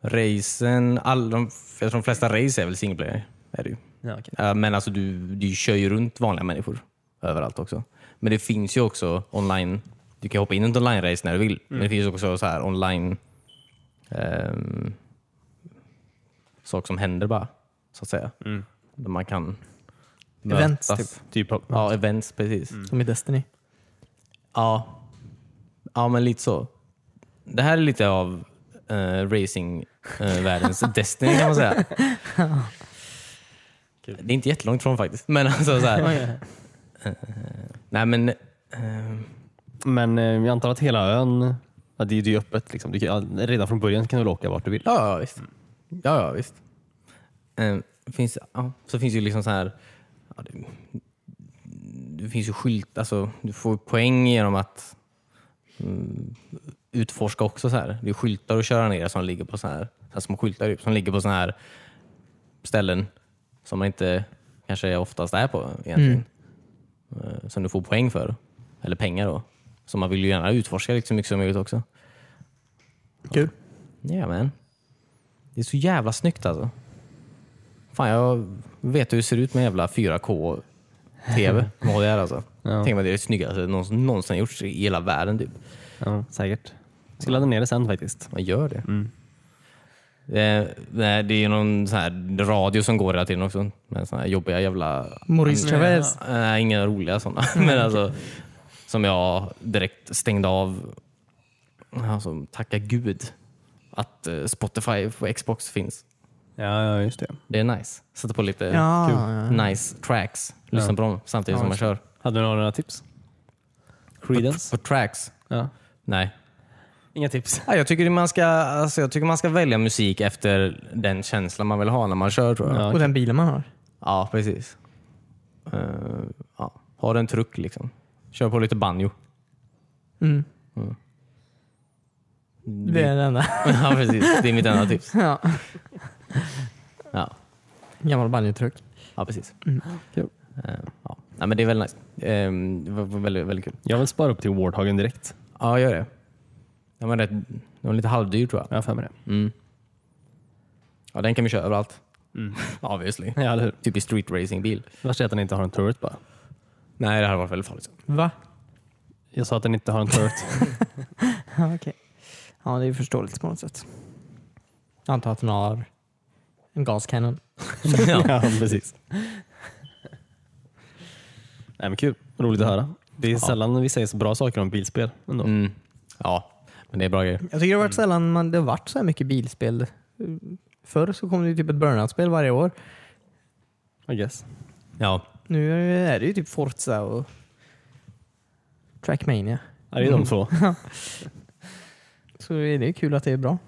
Speaker 1: racen, all, de, jag tror de flesta race är väl single player. Är det ju.
Speaker 2: Ja, okay.
Speaker 1: Eh, Men alltså du, du kör ju runt vanliga människor överallt också. Men det finns ju också online, du kan hoppa in i ett online-race när du vill. Men det finns också så här online ehm, saker som händer bara, så att säga. Där man kan
Speaker 3: Events,
Speaker 1: mötas.
Speaker 2: Typ av-
Speaker 1: Ja, events precis.
Speaker 3: Som i Destiny.
Speaker 1: Ja. ja, men lite så. Det här är lite av eh, racing-världens Destiny kan man säga. Det är inte jättelångt från faktiskt. Men alltså, så här, Eh, nej, men, eh,
Speaker 2: Men eh, jag antar att hela ön, ja, det, det är ju öppet. Liksom. Du kan, ja, redan från början kan du väl åka vart du vill?
Speaker 1: ja, ja, visst. Ja, ja, visst. Eh, finns, ja, så finns ju liksom så här... Ja, det, det finns ju skylt, alltså, du får poäng genom att mm, utforska också. så här. Det är skyltar att köra ner som ligger på så här, så här små skyltar typ, som ligger på så här ställen som man inte kanske oftast är på egentligen. Eh, Som du får poäng för, eller pengar då. Så man vill ju gärna utforska liksom, så mycket som möjligt också.
Speaker 3: Kul.
Speaker 1: Jajamän. Det är så jävla snyggt alltså. Fan, jag vet hur det ser ut med jävla 4K-tv.
Speaker 3: <laughs>
Speaker 1: Vad det är alltså.
Speaker 2: Ja.
Speaker 1: Tänk mig det är det snyggaste någonsin, någonsin gjorts i hela världen. Typ.
Speaker 2: Ja, säkert. Jag ska ladda ner det sen faktiskt.
Speaker 1: Man gör det.
Speaker 3: Mm.
Speaker 1: Eh, nej, det är ju någon sån här radio som går hela tiden också. Med såna här jobbiga jävla...
Speaker 3: Maurice Chavez.
Speaker 1: Nej, inga roliga
Speaker 3: <laughs>
Speaker 1: sådana. Men alltså, som jag direkt stängde av. Alltså, tacka gud att eh, Spotify på Xbox finns.
Speaker 2: Ja, ja, just det.
Speaker 1: Det är nice. Sätta på lite
Speaker 3: Ja,
Speaker 1: Ah.
Speaker 3: ja.
Speaker 1: nice tracks. Lyssna
Speaker 2: Ja.
Speaker 1: på dem samtidigt
Speaker 3: Ja,
Speaker 1: som man
Speaker 3: just
Speaker 1: kör.
Speaker 2: Hade du några tips?
Speaker 1: På, på tracks?
Speaker 2: Ja.
Speaker 1: Nej.
Speaker 2: Inga tips.
Speaker 1: Ja, jag, tycker man ska, alltså, jag tycker man ska välja musik efter den känsla man vill ha när man kör tror jag.
Speaker 2: Ja.
Speaker 3: Och den bilen man har.
Speaker 1: Ja, precis. Eh, ja. Ha den truck liksom. Kör på lite banjo.
Speaker 3: Mm. Det
Speaker 1: Det,
Speaker 3: är
Speaker 1: <laughs>
Speaker 3: den enda.
Speaker 1: <laughs> ja, precis. det är mitt enda tips.
Speaker 3: ja.
Speaker 1: Ja,
Speaker 3: Gammal banjotruck.
Speaker 1: ja precis.
Speaker 2: Kul.
Speaker 1: Eh, ja. Nej, men det är väldigt nice. Eh, det var var väldigt, väldigt kul.
Speaker 2: Jag vill spara upp till Warthagen direkt.
Speaker 1: Ja, gör det. Den var, rätt, den var lite halvdyr tror jag.
Speaker 2: Jag har för mig det.
Speaker 1: Mm. Ja, den kan vi köra överallt. <laughs> Obviously.
Speaker 2: Ja, eller hur?
Speaker 1: Typ i street racingbil.
Speaker 2: Värst är att den inte har en turret bara.
Speaker 1: Nej, det hade varit väldigt farligt.
Speaker 3: Va?
Speaker 2: Jag sa att den inte har en turret.
Speaker 3: Ja, okej. Ja, det är ju förståeligt på något sätt. Jag antar att den har en gaskannon.
Speaker 2: <laughs> ja. precis. Nej, men kul. Roligt att höra. Det är sällan vi säger så bra saker om bilspel. Ändå.
Speaker 1: Mm. Ja, men det är bra grejer.
Speaker 3: Jag tycker det har varit sällan man, det har varit så här mycket bilspel. Förr så kom det ju typ ett burnout-spel varje år.
Speaker 2: I guess.
Speaker 1: Ja,
Speaker 3: Nu är det ju typ Forza och Trackmania.
Speaker 2: Ja, det är de två.
Speaker 3: Så det är kul att det är bra.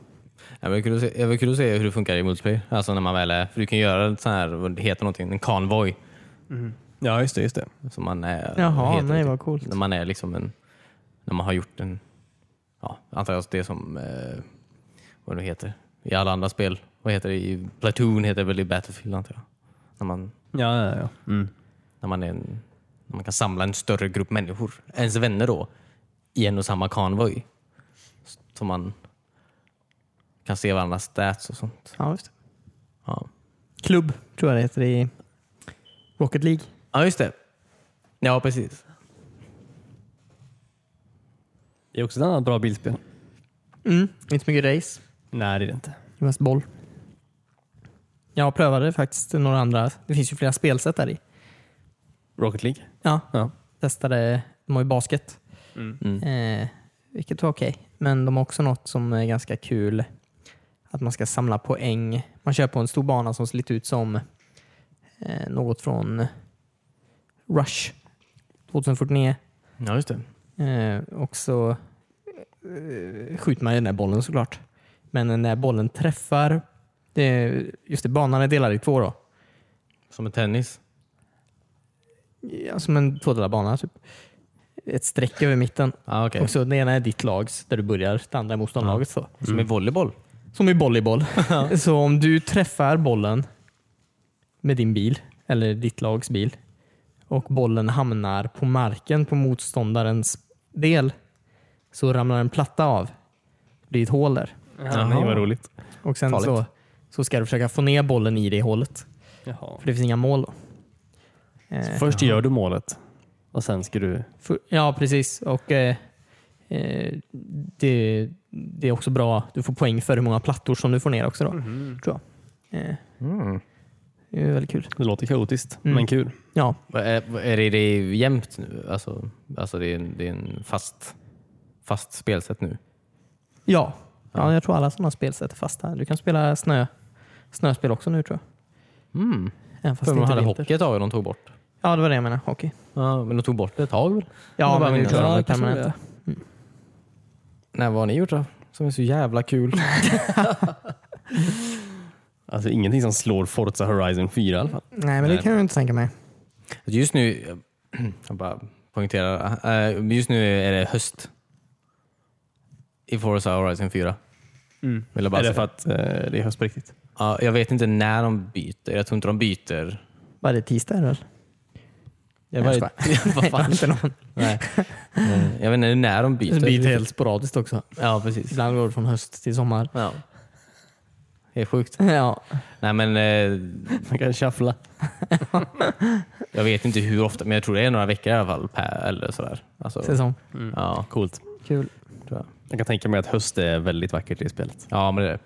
Speaker 1: Ja, men det är kul att se- det var kul att se hur det funkar i multiplayer. Alltså när man väl är, för du kan göra ett sån här, vad det heter någonting, en konvoj.
Speaker 2: <laughs> Ja, just det. Just det.
Speaker 1: Som man är, vad
Speaker 3: Jaha,
Speaker 1: heter
Speaker 3: nej
Speaker 1: det?
Speaker 3: vad coolt.
Speaker 1: När man är liksom en, när man har gjort en, ja, antar jag att det är som, eh, vad det heter, i alla andra spel. Vad heter det? I Platoon heter det väl i Battlefield antar jag. När man,
Speaker 2: Ja, ja, ja.
Speaker 1: när man, är en, när man kan samla en större grupp människor, ens vänner då, i en och samma konvoj. Så man kan se varandras stats och sånt.
Speaker 3: Ja, just det.
Speaker 1: Ja.
Speaker 3: Klubb tror jag det heter i Rocket League.
Speaker 1: Ja, just det. Ja, precis.
Speaker 2: Det är också ett annat bra bilspel.
Speaker 3: Mm. Inte så mycket race.
Speaker 2: Nej, det är det inte.
Speaker 3: Det är mest boll. Jag prövade faktiskt några andra. Det finns ju flera spelsätt där i.
Speaker 2: Rocket League?
Speaker 3: Ja,
Speaker 2: Ja.
Speaker 3: testade. De har ju basket. Eh, vilket var okej. Men de har också något som är ganska kul. Att man ska samla poäng. Man kör på en stor bana som ser lite ut som eh, något från Rush 2049.
Speaker 1: Ja, just det.
Speaker 3: Eh, och så eh, skjuter man ju den där bollen såklart. Men när bollen träffar, det, just det, banan är delad i två då.
Speaker 1: Som en tennis.
Speaker 3: Ja, som en tvådelad bana typ. Ett streck över mitten.
Speaker 1: Ah, okay.
Speaker 3: Och så den ena är ditt lags där du börjar, det andra är motståndarlagets. Så.
Speaker 1: Som i volleyboll.
Speaker 3: Som i volleyboll. så om du träffar bollen med din bil, eller ditt lags bil, och bollen hamnar på marken på motståndarens del, så ramlar en platta av. Det blir ett hål där.
Speaker 2: Jaha. Nej, vad roligt.
Speaker 3: Och sen
Speaker 1: Farligt.
Speaker 3: så, så ska du försöka få ner bollen i det hålet.
Speaker 2: Jaha.
Speaker 3: För det finns inga mål då. Eh,
Speaker 2: Först gör du målet och sen ska du...
Speaker 3: för, ja, precis. Och eh, eh, det, det är också bra. Du får poäng för hur många plattor som du får ner också. Då, tror jag. Eh,
Speaker 1: Mm.
Speaker 3: Det är väldigt kul.
Speaker 2: Det låter kaotiskt,
Speaker 3: Mm.
Speaker 2: men kul.
Speaker 3: Ja,
Speaker 1: Vad Är, vad är det, det är jämnt nu? Alltså, alltså det, är en, det är en fast, fast spelsätt nu.
Speaker 3: ja. ja jag tror alla sådana spelsätt är fasta. Du kan spela snö, snöspel också nu tror jag.
Speaker 1: Mm.
Speaker 3: Även fast
Speaker 1: För
Speaker 3: det
Speaker 1: de
Speaker 3: inte
Speaker 1: hade
Speaker 3: är vinter.
Speaker 1: hockey ett tag och de tog bort.
Speaker 3: Ja, det var det jag menade. Hockey.
Speaker 1: Ja, men de tog bort det ett tag väl?
Speaker 3: Ja,
Speaker 1: var
Speaker 3: men nu
Speaker 1: vinter.
Speaker 3: kör de
Speaker 1: Ja,
Speaker 3: det
Speaker 1: kanske det.
Speaker 3: permanenta.
Speaker 1: Nej, vad har ni gjort då? Som är så jävla kul.
Speaker 2: Alltså ingenting som slår Forza Horizon 4 i alla fall.
Speaker 3: Nej, men det
Speaker 1: Nej.
Speaker 3: kan jag inte tänka mig.
Speaker 1: Just nu, <clears throat> jag bara poängterar, eh, just nu är det höst. I Forza Horizon 4. Vill jag bara
Speaker 2: Är
Speaker 1: säga.
Speaker 2: det för att eh, det är höst på riktigt?
Speaker 1: Ja, jag vet inte när de byter. Jag tror inte de byter.
Speaker 3: Varje tisdag är det väl?
Speaker 1: Jag
Speaker 3: Nej,
Speaker 1: bara-
Speaker 3: Nej, <laughs>
Speaker 1: Vad
Speaker 3: det var
Speaker 1: fan?
Speaker 3: inte någon.
Speaker 1: Nej. Eh, Jag vet inte när de byter.
Speaker 3: Det blir helt sporadiskt också.
Speaker 1: Ja, precis.
Speaker 3: Ibland går det från höst till sommar.
Speaker 1: Ja. Det är sjukt.
Speaker 3: <laughs> Ja,
Speaker 1: Nej, men, eh,
Speaker 2: Man kan shuffla.
Speaker 1: jag vet inte hur ofta, men jag tror det är några veckor i alla fall. Per, eller sådär. Alltså,
Speaker 3: säsong.
Speaker 1: ja,
Speaker 2: Coolt.
Speaker 3: Kul.
Speaker 1: tror jag.
Speaker 2: Jag kan tänka mig att höst är väldigt vackert i spelet.
Speaker 1: ja, men det är det.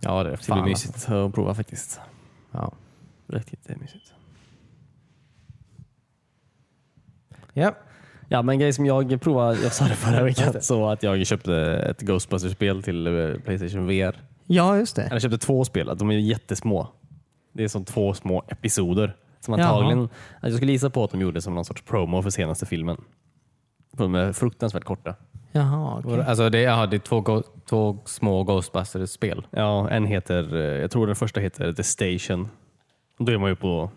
Speaker 1: Ja, det är
Speaker 2: Det blir
Speaker 1: fan, alltså.
Speaker 2: mysigt att prova faktiskt.
Speaker 1: Ja.
Speaker 2: Riktigt eh, mysigt.
Speaker 1: Ja.
Speaker 2: Ja, men en grej som jag provade, jag sa det förra veckan, så att jag köpte ett Ghostbusters-spel till eh, Playstation VR.
Speaker 3: Ja, just det.
Speaker 2: Eller köpte två spel. att De är jättesmå. Det är som två små episoder. Som
Speaker 3: Jaha.
Speaker 2: antagligen, att jag skulle gissa på att de gjorde som någon sorts promo för senaste filmen. För De är fruktansvärt korta.
Speaker 3: Jaha, okej.
Speaker 1: Alltså det, ja, det är två, go- två små Ghostbusters-spel.
Speaker 2: Ja, en heter, eh, jag tror den första heter The Station. Då är man ju på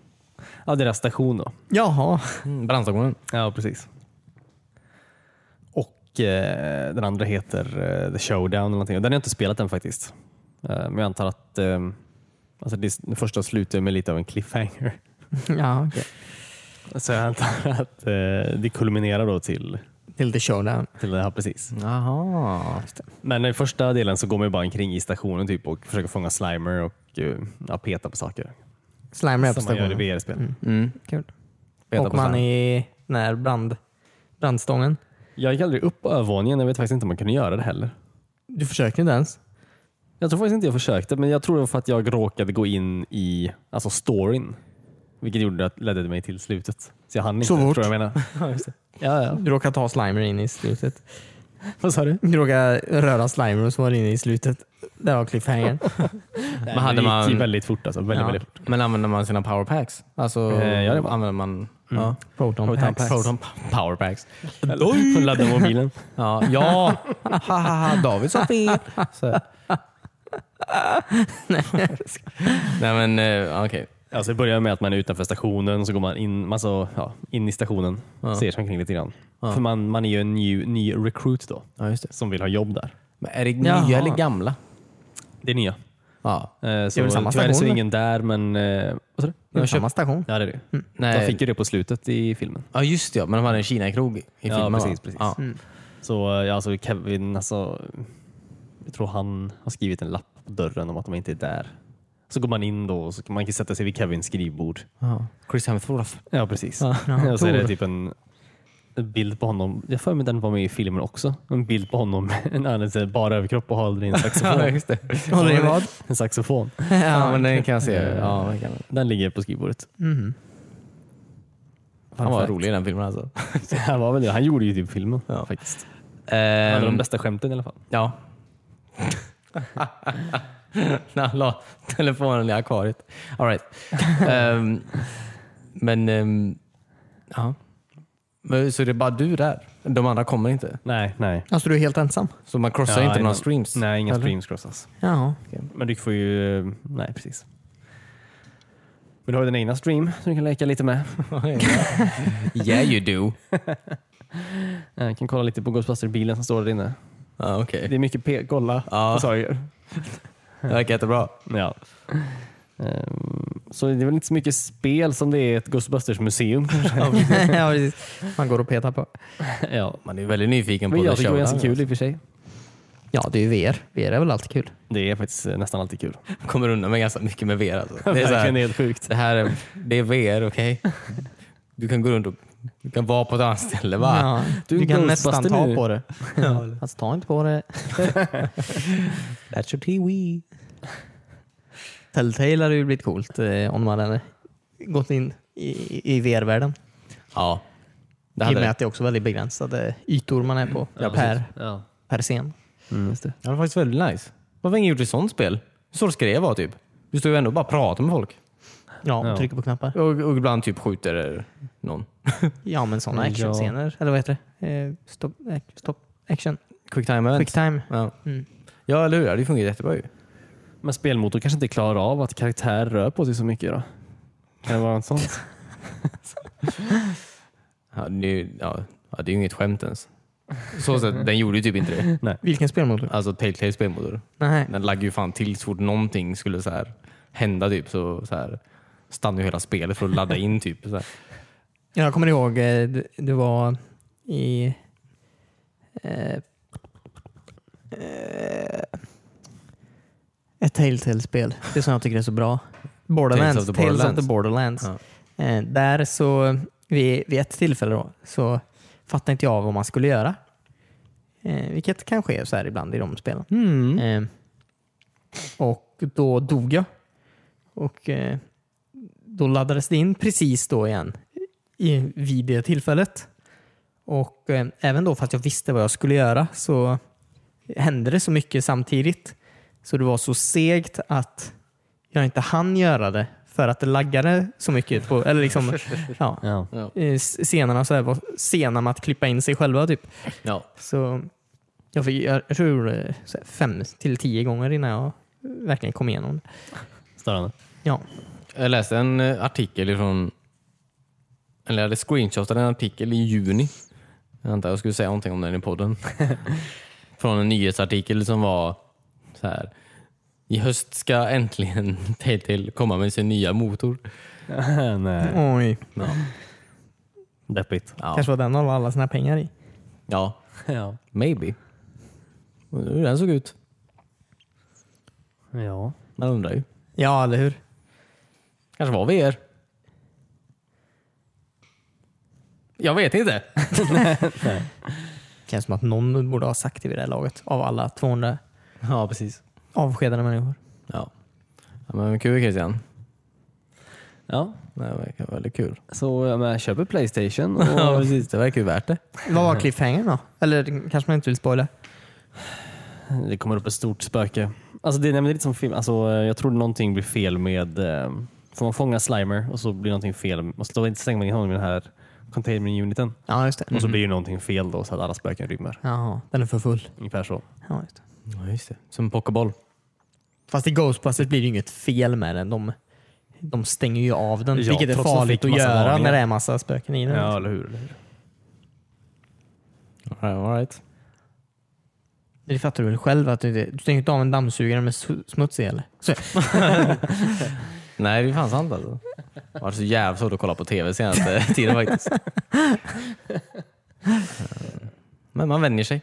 Speaker 2: ja, deras station. Då.
Speaker 3: Jaha. <laughs>
Speaker 1: Mm, brandstationen.
Speaker 2: Ja, precis. Och eh, den andra heter eh, The Showdown eller någonting. Den har jag inte spelat än faktiskt. Eh, men jag antar att eh, alltså det, den första slutar med lite av en cliffhanger.
Speaker 3: Ja, okej.
Speaker 2: Så jag antar att eh, det kulminerar då till,
Speaker 3: Det är lite showdown.
Speaker 2: till det här precis.
Speaker 1: Jaha.
Speaker 2: Men i första delen så går man ju bara omkring i stationen typ och försöker fånga slimer och eh, ja, peta på saker.
Speaker 3: Slime rap
Speaker 2: Som man gör i
Speaker 3: stationen.
Speaker 2: VR-spel.
Speaker 1: Mm.
Speaker 3: Kul.
Speaker 1: Peta
Speaker 3: Och
Speaker 1: på
Speaker 3: man
Speaker 1: sand.
Speaker 3: i den här brand, brandstången.
Speaker 2: Jag gick aldrig upp på övervåningen. Jag vet faktiskt inte om man kunde göra det heller.
Speaker 3: Du försökte inte ens.
Speaker 2: Jag tror faktiskt inte jag försökte, men jag tror det var för att jag råkade gå in i alltså storyn. Vilket gjorde att ledde mig till slutet. Så jag hann inte.
Speaker 3: Så fort.
Speaker 2: Tror jag menar. ja, ja.
Speaker 3: Du råkade ta Slimer in i slutet.
Speaker 2: Vad sa du?
Speaker 3: Du råkade röra Slimer och så var det inne i slutet. Där var cliffhangern.
Speaker 2: Men
Speaker 1: hade
Speaker 2: hade det gick
Speaker 1: man-
Speaker 2: ju väldigt fort alltså. Väldigt,
Speaker 3: Ja.
Speaker 2: väldigt fort.
Speaker 1: Men använder man sina powerpacks? Alltså,
Speaker 2: Eh, ja, det var-
Speaker 1: använder man ja.
Speaker 3: Ja. Proton
Speaker 2: Proton
Speaker 3: packs.
Speaker 2: packs.
Speaker 1: proton powerpacks?
Speaker 2: Eller, ladda mobilen.
Speaker 1: Ja, ja. Hahaha, David sa fel. Så. Nej men eh, okej.
Speaker 2: Alltså, det börjar med att man är utanför stationen, så går man in, alltså, ja, in i stationen. Ser sig omkring lite grann. För man, man är ju en ny, ny recruit då,
Speaker 1: Ja, just det.
Speaker 2: som vill ha jobb där.
Speaker 1: Men är det
Speaker 3: Jaha.
Speaker 1: nya eller gamla?
Speaker 2: Det är nya.
Speaker 1: Ja.
Speaker 2: Eh,
Speaker 3: Det är
Speaker 2: Så,
Speaker 3: väl samma
Speaker 2: tyvärr så
Speaker 3: station,
Speaker 2: är
Speaker 3: eller?
Speaker 2: ingen där, men... eh, Vad sa du?
Speaker 3: Det var samma Mm. station.
Speaker 2: Ja, det är det.
Speaker 1: Nej.
Speaker 2: De fick ju det på slutet i filmen.
Speaker 1: Ja just det, ja. men de hade en Kina-krog i filmen va?
Speaker 2: precis, precis.
Speaker 1: Ja.
Speaker 2: Så eh, ja, alltså Kevin, alltså, jag tror han har skrivit en lapp på dörren om att de inte är där. Så går man in då och så kan man kan sätta sig vid Kevins skrivbord.
Speaker 1: Ja. Chris Hemsworth.
Speaker 2: Ja, precis.
Speaker 3: ja,
Speaker 2: och så är det
Speaker 3: Tor.
Speaker 2: typ en en bild på honom. Jag för mig den var med i filmen också. En bild på honom med en annan så här, bara överkropp och håller
Speaker 1: <laughs>
Speaker 2: i en
Speaker 1: Ja,
Speaker 2: saxofon.
Speaker 1: just det.
Speaker 3: Håller i vad?
Speaker 2: en saxofon.
Speaker 1: Ja, men den kan jag se. Ja, den kan.
Speaker 2: Den ligger på skrivbordet.
Speaker 3: Mhm.
Speaker 1: Han var
Speaker 2: Perfekt.
Speaker 1: rolig i den filmen alltså.
Speaker 2: Han, var väl det. han gjorde ju typ filmen faktiskt. Han hade de
Speaker 1: Ehm,
Speaker 2: bästa skämten i alla fall.
Speaker 1: <laughs> ja. När han la telefonen i akvariet. All right. Ehm, men, ehm, ja. Men, så det är bara du där? De andra kommer inte?
Speaker 2: Nej, nej.
Speaker 3: Alltså du är helt ensam?
Speaker 1: Så man crossar inte
Speaker 2: Ja,
Speaker 1: några
Speaker 2: innan-
Speaker 1: streams?
Speaker 2: Nej, inga
Speaker 1: eller?
Speaker 2: streams crossas.
Speaker 3: Ja.
Speaker 2: Men du får ju... eh, Nej, precis. Men du har ju din egna stream som du kan leka
Speaker 1: <laughs>
Speaker 2: lite med.
Speaker 1: yeah you do.
Speaker 2: Eh, Du kan kolla lite på Ghostbusters-bilen som står där inne.
Speaker 1: Ja, Okej,
Speaker 2: Det är mycket p- kolla
Speaker 1: Ja.
Speaker 2: på saker.
Speaker 1: det verkar jättebra.
Speaker 2: Ja. Eh, Så det är väl inte så mycket spel som det är ett Ghostbusters-museum. kanske.
Speaker 3: <laughs> ja, precis. Man går och petar på.
Speaker 2: <laughs> ja.
Speaker 1: Man är väldigt nyfiken
Speaker 2: Men
Speaker 1: på
Speaker 2: jag
Speaker 1: the
Speaker 2: tycker det alltså. var
Speaker 1: show.
Speaker 2: ganska kul i och för sig.
Speaker 3: Ja, det är ju VR. VR är väl alltid kul.
Speaker 2: Det är faktiskt eh, nästan alltid kul.
Speaker 1: kommer undan med ganska mycket med VR.
Speaker 2: <laughs>
Speaker 1: Alltså. Det, är så
Speaker 2: Verkligen
Speaker 1: här,
Speaker 2: helt sjukt.
Speaker 1: det här är, det är VR,
Speaker 2: <laughs>
Speaker 1: okej? Du kan gå runt och du kan vara på ett annat ställe. Va?
Speaker 3: Ja,
Speaker 2: Du
Speaker 3: du,
Speaker 2: är
Speaker 3: kan
Speaker 2: Ghostbuster
Speaker 3: nästan ta
Speaker 2: nu.
Speaker 3: på det. Fast ta inte på det. <laughs> That's your TV. Telltale hade ju blivit coolt eh, om man hade gått in i, i VR-världen.
Speaker 1: Ja. Det
Speaker 3: I och
Speaker 1: hade
Speaker 3: med
Speaker 1: det.
Speaker 3: att det är också väldigt begränsade ytor man är på
Speaker 2: Ja,
Speaker 3: per,
Speaker 2: precis. Ja.
Speaker 3: per scen.
Speaker 2: Mm, just det.
Speaker 1: det var faktiskt väldigt nice. Varför har ingen gjort ett sånt spel? Så ska det vara typ. Du står ju ändå och bara pratar med folk.
Speaker 3: Ja, och
Speaker 2: Ja.
Speaker 3: trycker på knappar.
Speaker 1: Och, och ibland typ skjuter någon.
Speaker 3: Ja, men sådana
Speaker 2: Ja.
Speaker 3: actionscener. Eller vad heter det? Eh, Stopp, eh, stopp action.
Speaker 1: Quick time event.
Speaker 3: Quick time.
Speaker 1: Ja.
Speaker 3: Mm.
Speaker 1: ja, eller hur? Det hade ju fungerat jättebra ju.
Speaker 2: Men spelmotor kanske inte klarar av att karaktär rör på sig så mycket då? Kan det vara något sånt?
Speaker 1: Ja, det, är ju- ja, ja, det är ju inget skämt ens. Så sätt, den gjorde ju typ inte det.
Speaker 3: Vilken spelmotor?
Speaker 1: Alltså Telltale spelmotor.
Speaker 3: Nej.
Speaker 1: Den laggade ju fan till så fort någonting skulle så här hända typ så, så här stannade ju hela spelet för att ladda in typ. Så här.
Speaker 3: Jag kommer ihåg, eh, du, du var i... Eh, eh, ett Telltale-spel. Det som jag tycker är så bra. Borderlands.
Speaker 1: Tales of the
Speaker 3: Tales of the Borderlands. Eh, där så, vid, vid ett tillfälle då, så fattade inte jag vad man skulle göra. Eh, vilket kanske är så här ibland i de spelen.
Speaker 1: Mm.
Speaker 3: Eh, och då dog jag. Och eh, då laddades det in precis då igen i, vid det tillfället. Och eh, även då fast jag visste vad jag skulle göra så hände det så mycket samtidigt Så det var så segt att jag inte hann göra det för att det laggade så mycket. ut På, eller liksom, ja,
Speaker 2: <laughs> Ja.
Speaker 3: eh, s- scenerna så här var sena med att klippa in sig själva. Typ.
Speaker 1: Ja.
Speaker 3: Så jag, fick, jag, jag tror jag gjorde så här fem till tio gånger innan jag verkligen kom igenom det.
Speaker 2: <laughs> Störande.
Speaker 3: Ja.
Speaker 1: Jag läste en eh, artikel från eller jag hade screenshotat en artikel i juni. Jag antar jag skulle säga någonting om den i podden. <laughs> från en nyhetsartikel som var så här. I höst ska äntligen <laughs> Telltale komma med sin nya motor.
Speaker 2: Nej.
Speaker 3: Oj,
Speaker 2: Deppigt.
Speaker 1: Ja,
Speaker 3: kanske var den de la alla sina pengar i.
Speaker 1: ja
Speaker 2: Ja.
Speaker 1: maybe. Undrar hur den såg ut.
Speaker 2: ja.
Speaker 1: Man undrar ju.
Speaker 3: Ja, eller hur?
Speaker 1: Kanske var VR. Jag vet inte.
Speaker 3: Känns som att någon borde ha sagt det vid det här laget av alla 200
Speaker 1: <laughs> Ja, precis.
Speaker 3: avskedade människor.
Speaker 1: Ja. ja men kul Christian.
Speaker 2: ja.
Speaker 1: Det här verkar väldigt kul.
Speaker 2: Så eh, jag menar, köper Playstation.
Speaker 1: Ja
Speaker 2: <laughs> Och,
Speaker 1: precis, det verkar ju värt det.
Speaker 3: Vad
Speaker 2: <laughs>
Speaker 3: var cliffhangern då? Eller det kanske man inte vill spoila?
Speaker 2: det kommer upp ett stort spöke. Alltså, det är nämligen lite som film. Alltså, eh, jag trodde någonting blir fel med... Eh, för man fångar Slimer och så blir någonting fel. Och så stänger man in honom i den här containment uniten.
Speaker 3: Ja, just det.
Speaker 2: Och så blir ju någonting fel då så att alla spöken rymmer.
Speaker 3: Jaha, den är för full.
Speaker 2: Ungefär så.
Speaker 3: Ja, just det.
Speaker 1: Ja, just det. Som en pokéboll.
Speaker 3: Fast i Ghostbusters blir det ju inget fel med den. De, de stänger ju av den,
Speaker 2: Ja,
Speaker 3: vilket är
Speaker 2: trots att de
Speaker 3: farligt
Speaker 2: fick
Speaker 3: att
Speaker 2: massa
Speaker 3: göra
Speaker 2: varningar.
Speaker 3: när det är massa spöken i den.
Speaker 2: Ja, eller hur? Eller hur?
Speaker 1: All right.
Speaker 3: Det fattar du väl själv? Att du, inte- du stänger inte av en dammsugare med su- smuts i eller? Så,
Speaker 1: Nej, det är fan sant alltså. Det var så jävla svårt att kolla på tv senaste <laughs> tiden faktiskt. Eh, Men man vänjer sig.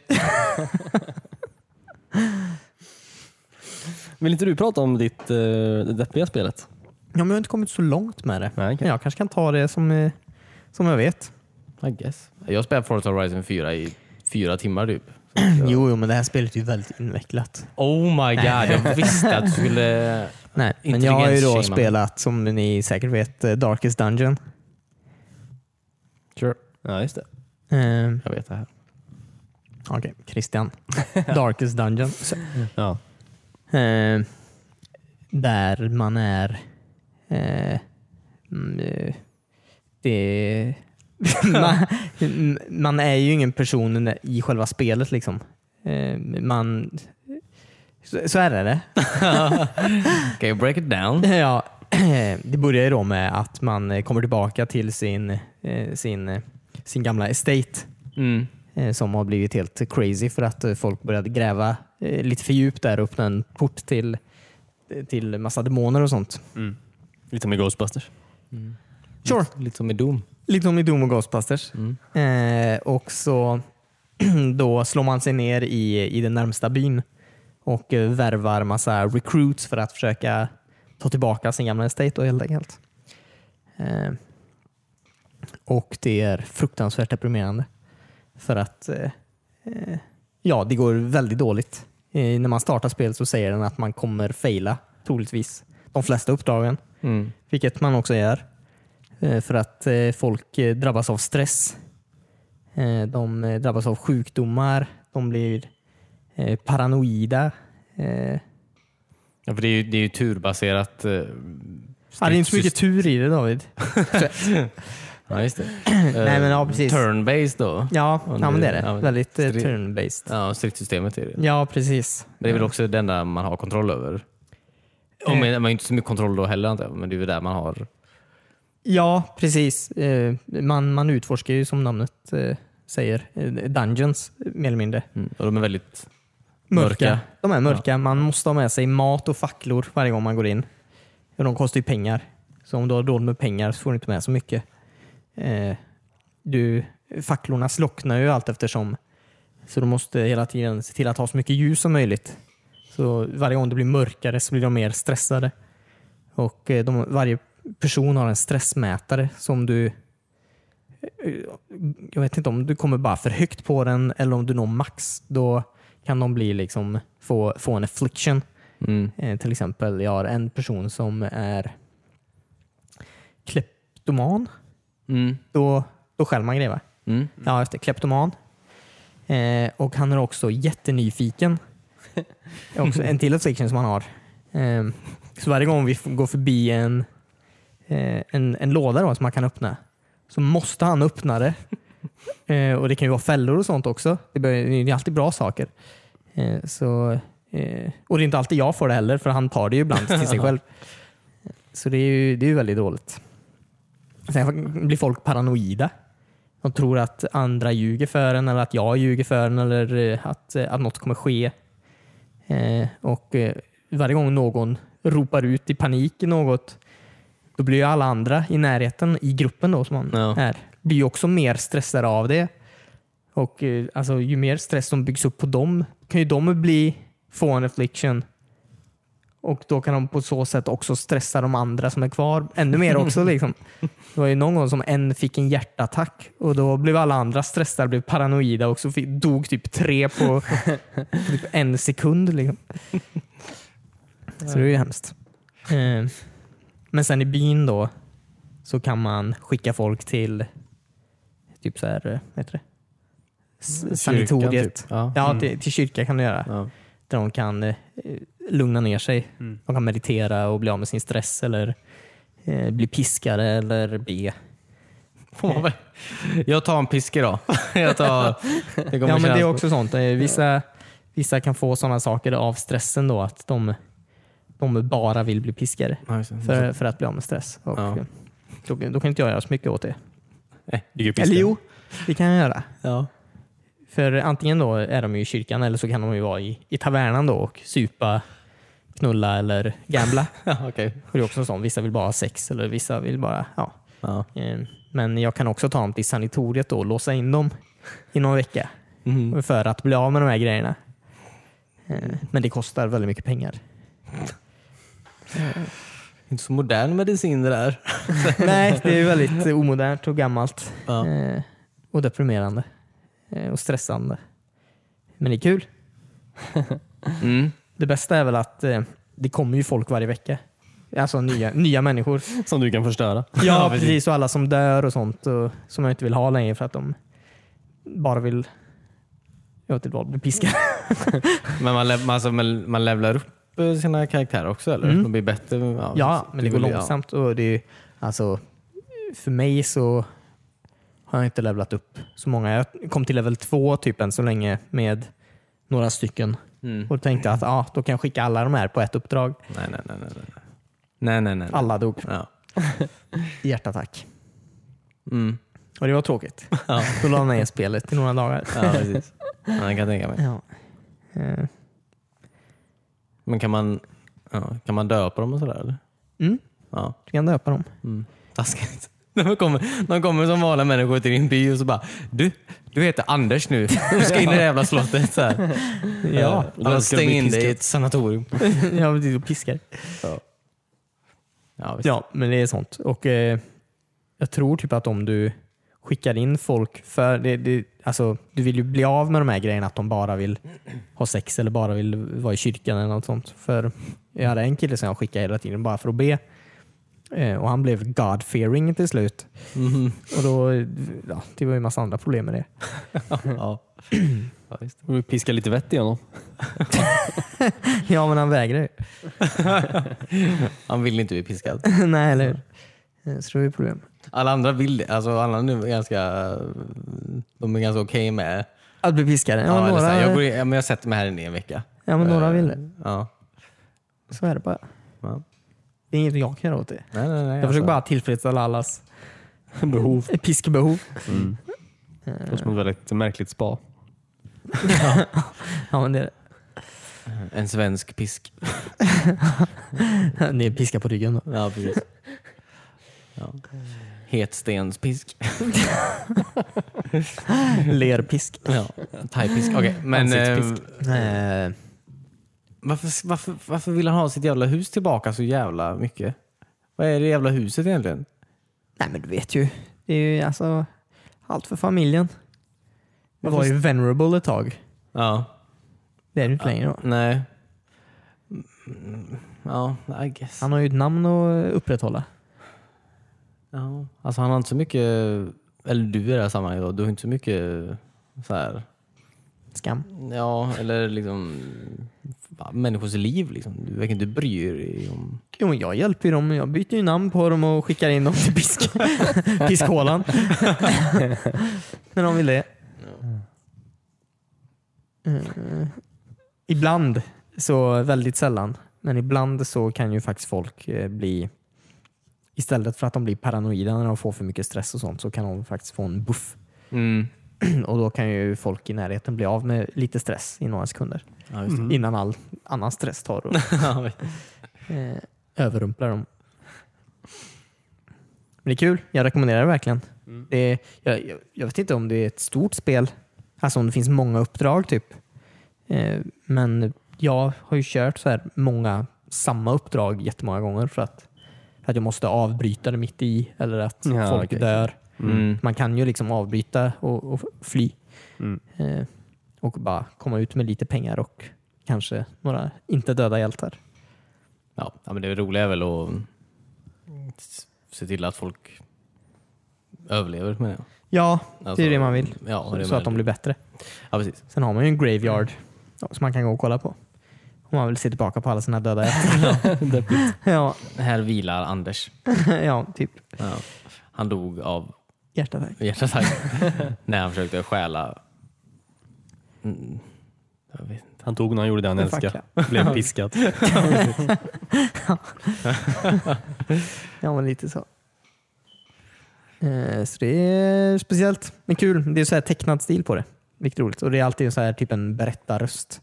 Speaker 2: Vill inte du prata om ditt eh, det deppiga spelet?
Speaker 3: ja, men jag har inte kommit så långt med det.
Speaker 2: Nej,
Speaker 3: Men jag kanske kan ta det som, eh, som jag vet.
Speaker 1: I guess. Jag spelade Forza Horizon 4 i fyra timmar typ.
Speaker 3: Jo, jo, men det här spelet är ju väldigt invecklat.
Speaker 1: Oh my god, jag visste att du skulle...
Speaker 3: Nej, men jag har ju då
Speaker 1: Intelligensshaman.
Speaker 3: spelat, som ni säkert vet, eh, Darkest Dungeon.
Speaker 1: Sure.
Speaker 2: Ja, just det.
Speaker 3: Ehm,
Speaker 1: Jag vet det här.
Speaker 3: Okej, <laughs> Christian. Darkest Dungeon. Så,
Speaker 2: Ja.
Speaker 3: eh, där man är... Eh, mm, eh, <laughs> det... man, man är ju ingen person i själva spelet liksom. Eh, man... Så, så här är det.
Speaker 1: Okej, break it down.
Speaker 3: Ja, <clears throat> det börjar ju då med att man eh, kommer tillbaka till sin, eh, sin, eh, sin gamla estate
Speaker 1: Mm.
Speaker 3: eh, som har blivit helt crazy för att eh, folk började gräva eh, lite för djupt där och öppna en port till, till massa demoner och sånt.
Speaker 2: Mm. Lite med Ghostbusters.
Speaker 3: Sure.
Speaker 1: Lite som i Doom.
Speaker 3: Lite som Liksom i Doom och Ghostbusters. Eh, och så <clears throat> då slår man sig ner i, i den närmsta byn och eh, värvar massa recruits för att försöka ta tillbaka sin gamla estate då, helt enkelt. Eh, och det är fruktansvärt deprimerande. För att eh, eh, ja, det går väldigt dåligt. Eh, när man startar spelet så säger den att man kommer faila troligtvis de flesta uppdragen.
Speaker 1: Mm.
Speaker 3: Vilket man också gör. Eh, För att eh, folk eh, drabbas av stress. Eh, De eh, drabbas av sjukdomar. De blir eh, paranoida. Eh,
Speaker 1: Ja, för det är ju, det är ju turbaserat. eh,
Speaker 3: Ja, det är inte så mycket tur i
Speaker 1: <laughs>
Speaker 3: det David.
Speaker 1: Ja, just <clears throat> det.
Speaker 3: Nej, men ja, precis.
Speaker 1: Turn-based då.
Speaker 3: Ja,
Speaker 1: Ja,
Speaker 3: ja men det är
Speaker 1: Eh, ja,
Speaker 3: det.
Speaker 1: men-
Speaker 3: Väldigt eh,
Speaker 1: Strid.
Speaker 3: turn-based.
Speaker 1: Ja, stridssystemet är det.
Speaker 3: Ja, precis.
Speaker 1: Men det är väl också det enda man har kontroll över.
Speaker 3: Eh.
Speaker 1: Och men, man har ju inte så mycket kontroll då heller antar jag, men det är väl där man har.
Speaker 3: Ja, precis. Eh, Man, man utforskar ju som namnet eh, säger eh, dungeons mer eller mindre.
Speaker 1: Och de är väldigt...
Speaker 3: Mm. Mörka.
Speaker 1: Mörka.
Speaker 3: De är mörka. Man måste ha med sig mat och facklor varje gång man går in. Och de kostar ju pengar. Så om du har dåligt med pengar så får du inte med så mycket. Eh, du, facklorna slocknar ju allt eftersom. Så du måste hela tiden se till att ha så mycket ljus som möjligt. Så varje gång det blir mörkare så blir de mer stressade. Och eh, de, varje person har en stressmätare som du jag vet inte om du kommer bara för högt på den eller om du når max. Då kan de bli liksom, få, få en affliction.
Speaker 1: Mm.
Speaker 3: Eh, till exempel, jag har en person som är kleptoman.
Speaker 1: Mm.
Speaker 3: Då, då skäller man grejer va?
Speaker 1: Mm.
Speaker 3: Ja, just det. Kleptoman. Eh, och han är också jättenyfiken. Det är också en till obsession som han har. Ehm, Så varje gång vi f- går förbi en, eh, en, en låda då, som man kan öppna så måste han öppna det. Eh, Och Det kan ju vara fällor och sånt också. Det bör- det är ju alltid bra saker. Eh, Så, eh, och det är inte alltid jag får det heller för han tar det ju ibland till sig själv. Så det är ju, det är ju väldigt dåligt. Sen blir folk paranoida. De tror att andra ljuger för en eller att jag ljuger för en eller eh, att, eh, att något kommer ske. Eh, och eh, Varje gång någon ropar ut i panik i något då blir ju alla andra i närheten, i gruppen då som man
Speaker 1: Ja.
Speaker 3: är, blir ju också mer stressade av det. Och eh, alltså, Ju mer stress som byggs upp på dem kan ju de bli få en affliction och då kan de på så sätt också stressa de andra som är kvar ännu mer också. liksom. Det var ju någon gång som en fick en hjärtattack och då blev alla andra stressade, blev paranoida och så fick, dog typ tre på typ en sekund. Liksom. Så det är ju hemskt. Eh, Men sen i byn då så kan man skicka folk till typ så här, eh, vad heter det? S- Sanatoriet.
Speaker 1: Typ. Ja.
Speaker 3: Ja, till, till kyrka kan du göra.
Speaker 1: Ja.
Speaker 3: Där de kan eh, lugna ner sig.
Speaker 2: Mm.
Speaker 3: De kan meditera och bli av med sin stress eller eh, bli piskare eller be.
Speaker 1: Får man väl- Jag tar en pisk
Speaker 3: <laughs>
Speaker 1: idag. Jag tar, det kommer
Speaker 3: Ja, men det är
Speaker 1: kännas-
Speaker 3: också sånt. Eh, Vissa, vissa kan få sådana saker av stressen då att de, de bara vill bli piskare
Speaker 1: Ja, just det.
Speaker 3: för, för att bli av med stress. Och,
Speaker 1: Mm. Ja.
Speaker 3: eh, då, då kan inte jag göra så mycket åt det.
Speaker 1: Eh.
Speaker 2: Du kan
Speaker 3: Eller jo, det kan jag göra.
Speaker 1: Ja.
Speaker 3: För antingen då är de ju i kyrkan eller så kan de ju vara i, i tavernan då och supa, knulla eller gambla.
Speaker 1: Ja, okej.
Speaker 3: Och det är också en sån. Vissa vill bara ha sex eller vissa vill bara... Ja.
Speaker 1: Ja.
Speaker 3: Eh, Men jag kan också ta dem till sanatoriet då och låsa in dem i någon vecka
Speaker 1: Mm.
Speaker 3: för att bli av med de här grejerna. Eh, Men det kostar väldigt mycket pengar.
Speaker 1: Inte så modern medicin det där.
Speaker 3: Nej, det är väldigt eh, omodernt och gammalt
Speaker 1: Ja.
Speaker 3: Eh, och deprimerande Eh, och stressande. Men det är kul.
Speaker 1: Mm.
Speaker 3: Det bästa är väl att eh, det kommer ju folk varje vecka. Alltså nya, nya människor.
Speaker 2: Som du kan förstöra.
Speaker 3: Ja, precis. Och alla som dör och sånt och, som jag inte vill ha längre för att de bara vill jag vet inte vad, bli piskade.
Speaker 1: Men man, lev- alltså, man, man levlar upp eh, sina karaktärer också eller? De blir bättre? Ja,
Speaker 3: Mm. Ja,
Speaker 1: precis.
Speaker 3: men det går
Speaker 1: blir- ja.
Speaker 3: långsamt. Och det är, ju- alltså, för mig så har jag inte levlat upp så många. Jag kom till level 2 typ än så länge med några stycken
Speaker 1: Mm.
Speaker 3: och tänkte att ah, då kan jag skicka alla de här på ett uppdrag.
Speaker 1: Nej, nej, nej. nej, nej. nej, nej, nej.
Speaker 3: Alla dog
Speaker 1: Ja.
Speaker 3: i hjärtattack.
Speaker 1: Mm.
Speaker 3: Och det var tråkigt.
Speaker 1: Ja.
Speaker 3: Då la jag ner spelet i några dagar.
Speaker 1: ja, precis. Ja, det kan jag tänka mig.
Speaker 3: Ja. Eh,
Speaker 1: Men kan man, ja, kan man döpa dem och sådär eller?
Speaker 3: Mm,
Speaker 1: Ja.
Speaker 3: du kan döpa dem.
Speaker 1: Mm. Taskigt. <laughs> De kommer, de kommer som vanliga människor till din by och så bara du, du heter Anders nu. <laughs> Du ska in i det jävla slottet. Så här.
Speaker 3: Ja,
Speaker 1: Och de stänger in dig i ett sanatorium.
Speaker 3: jag blir piskar.
Speaker 1: Ja, visst.
Speaker 3: Ja, men det är sånt. Och eh, Jag tror typ att om du skickar in folk för det, det, alltså, du vill ju bli av med de här grejerna att de bara vill ha sex eller bara vill vara i kyrkan eller något sånt. För Jag hade en kille som jag skickade hela tiden bara för att be eh, och han blev God-fearing till slut.
Speaker 1: Mhm.
Speaker 3: Och då, ja, Det var ju en massa andra problem med det. <laughs>
Speaker 1: Ja. Ja, visst.
Speaker 2: Du piskar lite vett i honom.
Speaker 3: Ja, men han vägrade ju. <laughs>
Speaker 1: Han vill inte bli piskad.
Speaker 3: Nej, eller hur? Eh, Så det var ju problem.
Speaker 1: Alla andra vill det. Alltså, alla nu är ganska, de är ganska okej med
Speaker 3: Att bli piskad? Ja,
Speaker 1: ja, eller så
Speaker 3: några,
Speaker 1: här, jag, går in, ja, men jag sätter mig här inne i en vecka.
Speaker 3: ja, men några
Speaker 1: Eh,
Speaker 3: vill det.
Speaker 1: Ja.
Speaker 3: Så är det bara.
Speaker 1: Ja.
Speaker 3: Det är inget jag kan göra åt det.
Speaker 1: Nej, nej, alltså. nej,
Speaker 3: Jag försöker bara tillfredsställa allas
Speaker 2: Behov.
Speaker 3: <laughs> piskbehov.
Speaker 2: Mm. Det låter som ett väldigt märkligt spa.
Speaker 3: Ja, men det är
Speaker 1: En svensk pisk.
Speaker 3: det. Ni piskar på ryggen då.
Speaker 1: Ja, precis. <laughs> Ja. Hetstenspisk.
Speaker 3: Lerpisk.
Speaker 1: Ja. Thaipisk. Okej, men eh,
Speaker 2: Ansiktsfisk.
Speaker 3: Eh,
Speaker 1: varför, varför, varför vill han ha sitt jävla hus tillbaka så jävla mycket? Vad är det jävla huset egentligen?
Speaker 3: nej, men du vet ju. Det är ju alltså allt för familjen. Det var ju venerable ett tag.
Speaker 1: Ja,
Speaker 3: Det är det inte längre då.
Speaker 1: nej. Mm, Ja, I guess.
Speaker 3: Han har ju ett namn att upprätthålla.
Speaker 1: Ja. Alltså han har inte så mycket, eller du i det här sammanhanget, då, du har inte så mycket så här,
Speaker 3: Skam.
Speaker 1: Ja, eller liksom va, människors liv. Liksom. Du verkar inte bry dig om...
Speaker 3: Jo, men jag hjälper ju dem. Jag byter ju namn på dem och skickar in dem till pisk piskhålan. När de vill det. Eh, ibland, så väldigt sällan, men ibland så kan ju faktiskt folk eh, bli Istället för att de blir paranoida när de får för mycket stress och sånt så kan de faktiskt få en buff. <clears throat> Mm. Och då kan ju folk i närheten bli av med lite stress i några sekunder.
Speaker 1: Ja, just det.
Speaker 3: Innan all annan stress tar och
Speaker 1: <laughs> Ja,
Speaker 3: eh, överrumplar dem. Men det är kul. Jag rekommenderar det verkligen. Det är, jag, jag, jag vet inte om det är ett stort spel, alltså om det finns många uppdrag typ. Eh, men jag har ju kört så här många samma uppdrag jättemånga gånger för att, för att jag måste avbryta det mitt i eller att
Speaker 2: Ja,
Speaker 3: folk
Speaker 2: okej.
Speaker 3: dör.
Speaker 1: Mm.
Speaker 3: Man kan ju liksom avbryta och, och fly
Speaker 2: Mm.
Speaker 3: eh, och bara komma ut med lite pengar och kanske några inte döda hjältar.
Speaker 1: Ja, ja, men det roliga är väl att s- se till att folk överlever menar jag.
Speaker 3: Ja,
Speaker 1: Alltså,
Speaker 3: det är det man vill.
Speaker 1: Ja,
Speaker 3: så
Speaker 1: det
Speaker 3: så
Speaker 1: man
Speaker 3: att de
Speaker 1: vill.
Speaker 3: blir bättre.
Speaker 1: Ja, precis.
Speaker 3: Sen har man ju en graveyard ja, som man kan gå och kolla på. Om man vill se tillbaka på alla sina döda hjältar. ja, <laughs>
Speaker 1: Här vilar Anders.
Speaker 3: ja, typ
Speaker 1: Ja. Han dog av
Speaker 3: hjärtattack. <laughs>
Speaker 1: hjärtattack när han försökte stjäla... Mm. Jag vet inte.
Speaker 2: Han tog när han gjorde det han
Speaker 3: En
Speaker 2: älskade. <laughs> Blev piskad.
Speaker 3: Ja, men lite så. Eh, Så det är speciellt, men kul. Det är så här tecknad stil på det, vilket är roligt. Och det är alltid så här typ en berättarröst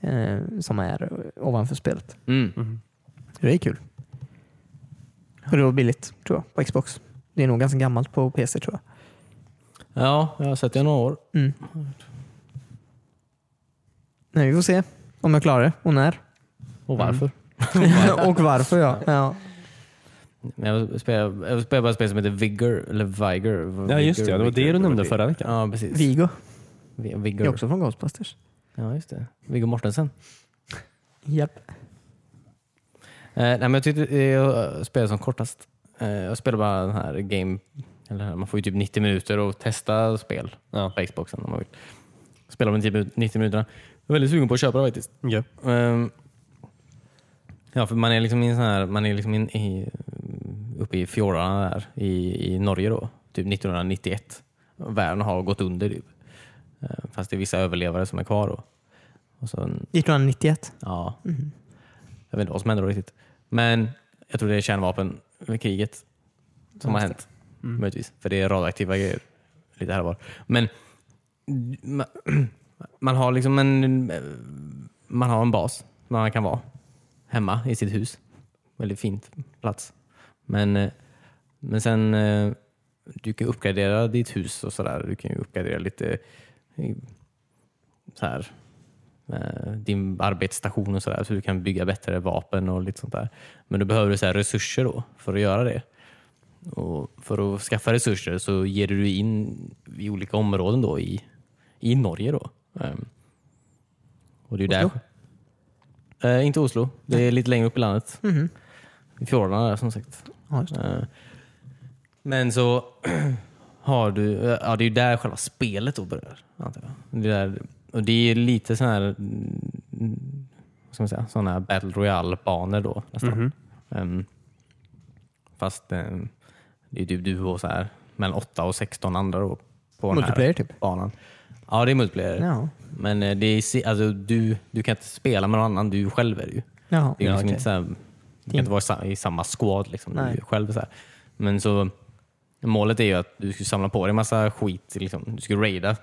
Speaker 3: eh, som är ovanför spelet.
Speaker 1: Mm.
Speaker 3: Det är kul. Och det var billigt, tror jag, på Xbox. Det är nog ganska gammalt på PC, tror jag.
Speaker 1: Ja, jag har sett det i några år.
Speaker 3: Mm. Nej, vi får se om jag klarar det och <laughs> när.
Speaker 1: Och varför?
Speaker 3: och varför ja. ja.
Speaker 1: Men Jag spelar, jag spelar bara ett spel som heter Vigor, eller Vigor.
Speaker 2: Ja just det, ja, det var det du nämnde förra veckan.
Speaker 1: Ja, precis.
Speaker 3: Vigo
Speaker 1: Vi-
Speaker 3: är
Speaker 1: Vigor.
Speaker 3: också från Ghostbusters.
Speaker 1: Ja, just det. Viggo Mortensen.
Speaker 3: Japp.
Speaker 1: Eh, nej, men jag tyckte eh, jag spelade som kortast. Eh, jag spelade bara den här game... Eller, man får ju typ 90 minuter och testa spel
Speaker 2: Ja.
Speaker 1: på Xboxen om man vill. Spela de 10 minut- 90 minuterna. Jag är väldigt sugen på att köpa det faktiskt.
Speaker 2: Ja.
Speaker 1: Ehm, ja, för man är liksom, i en sån här, man är liksom in, i, uppe i fjordarna där i, i Norge då, typ 1991. Världen har gått under typ. Ehm, Fast det är vissa överlevare som är kvar då. Och sen
Speaker 3: 1991.
Speaker 1: Ja. Jag vet inte vad som hände då riktigt. Men jag tror det är kärnvapenkriget som har hänt. Möjligtvis. För det är radioaktiva grejer. Lite här och var. Men <clears throat> man, <clears throat> man har liksom en, man har en bas där man kan vara. Hemma i sitt hus. Väldigt fint plats. Men, eh, men sen eh, du kan uppgradera ditt hus och sådär. Du kan ju uppgradera lite eh, så här, eh, din arbetsstation och sådär så du kan bygga bättre vapen och lite sånt där. Men då behöver du så här resurser då för att göra det. Och för att skaffa resurser så ger du dig in i olika områden då i, i Norge. Då. Ehm, och det är ju
Speaker 3: Oslo?
Speaker 1: Där. Eh, inte Oslo, det är lite längre upp i landet. I fjordarna där som sagt.
Speaker 3: Ja, just
Speaker 1: Eh, Men så <clears throat> har du, ja det är ju där själva spelet då börjar. Antar jag. Det är där, och det är lite sån här, mm, vad ska man säga, sån här battle royale banor då nästan.
Speaker 3: Mhm.
Speaker 1: Ehm, fast ehm, det är typ du och så här mellan 8 och 16 andra då. På den
Speaker 3: Multiplayer,
Speaker 1: här
Speaker 3: typ?
Speaker 1: Banan. Ja det är multiplayer.
Speaker 3: Ja.
Speaker 1: Men eh, det är, si- alltså, du, du kan inte spela med någon annan, du själv är det ju.
Speaker 3: Jaha.
Speaker 1: Det är ju liksom
Speaker 3: okej.
Speaker 1: inte så här, du kan inte vara i sa- i samma squad liksom, du är
Speaker 3: Nej.
Speaker 1: ju själv. Så här. Men så, målet är ju att du ska samla på dig en massa skit. Liksom. Du ska raida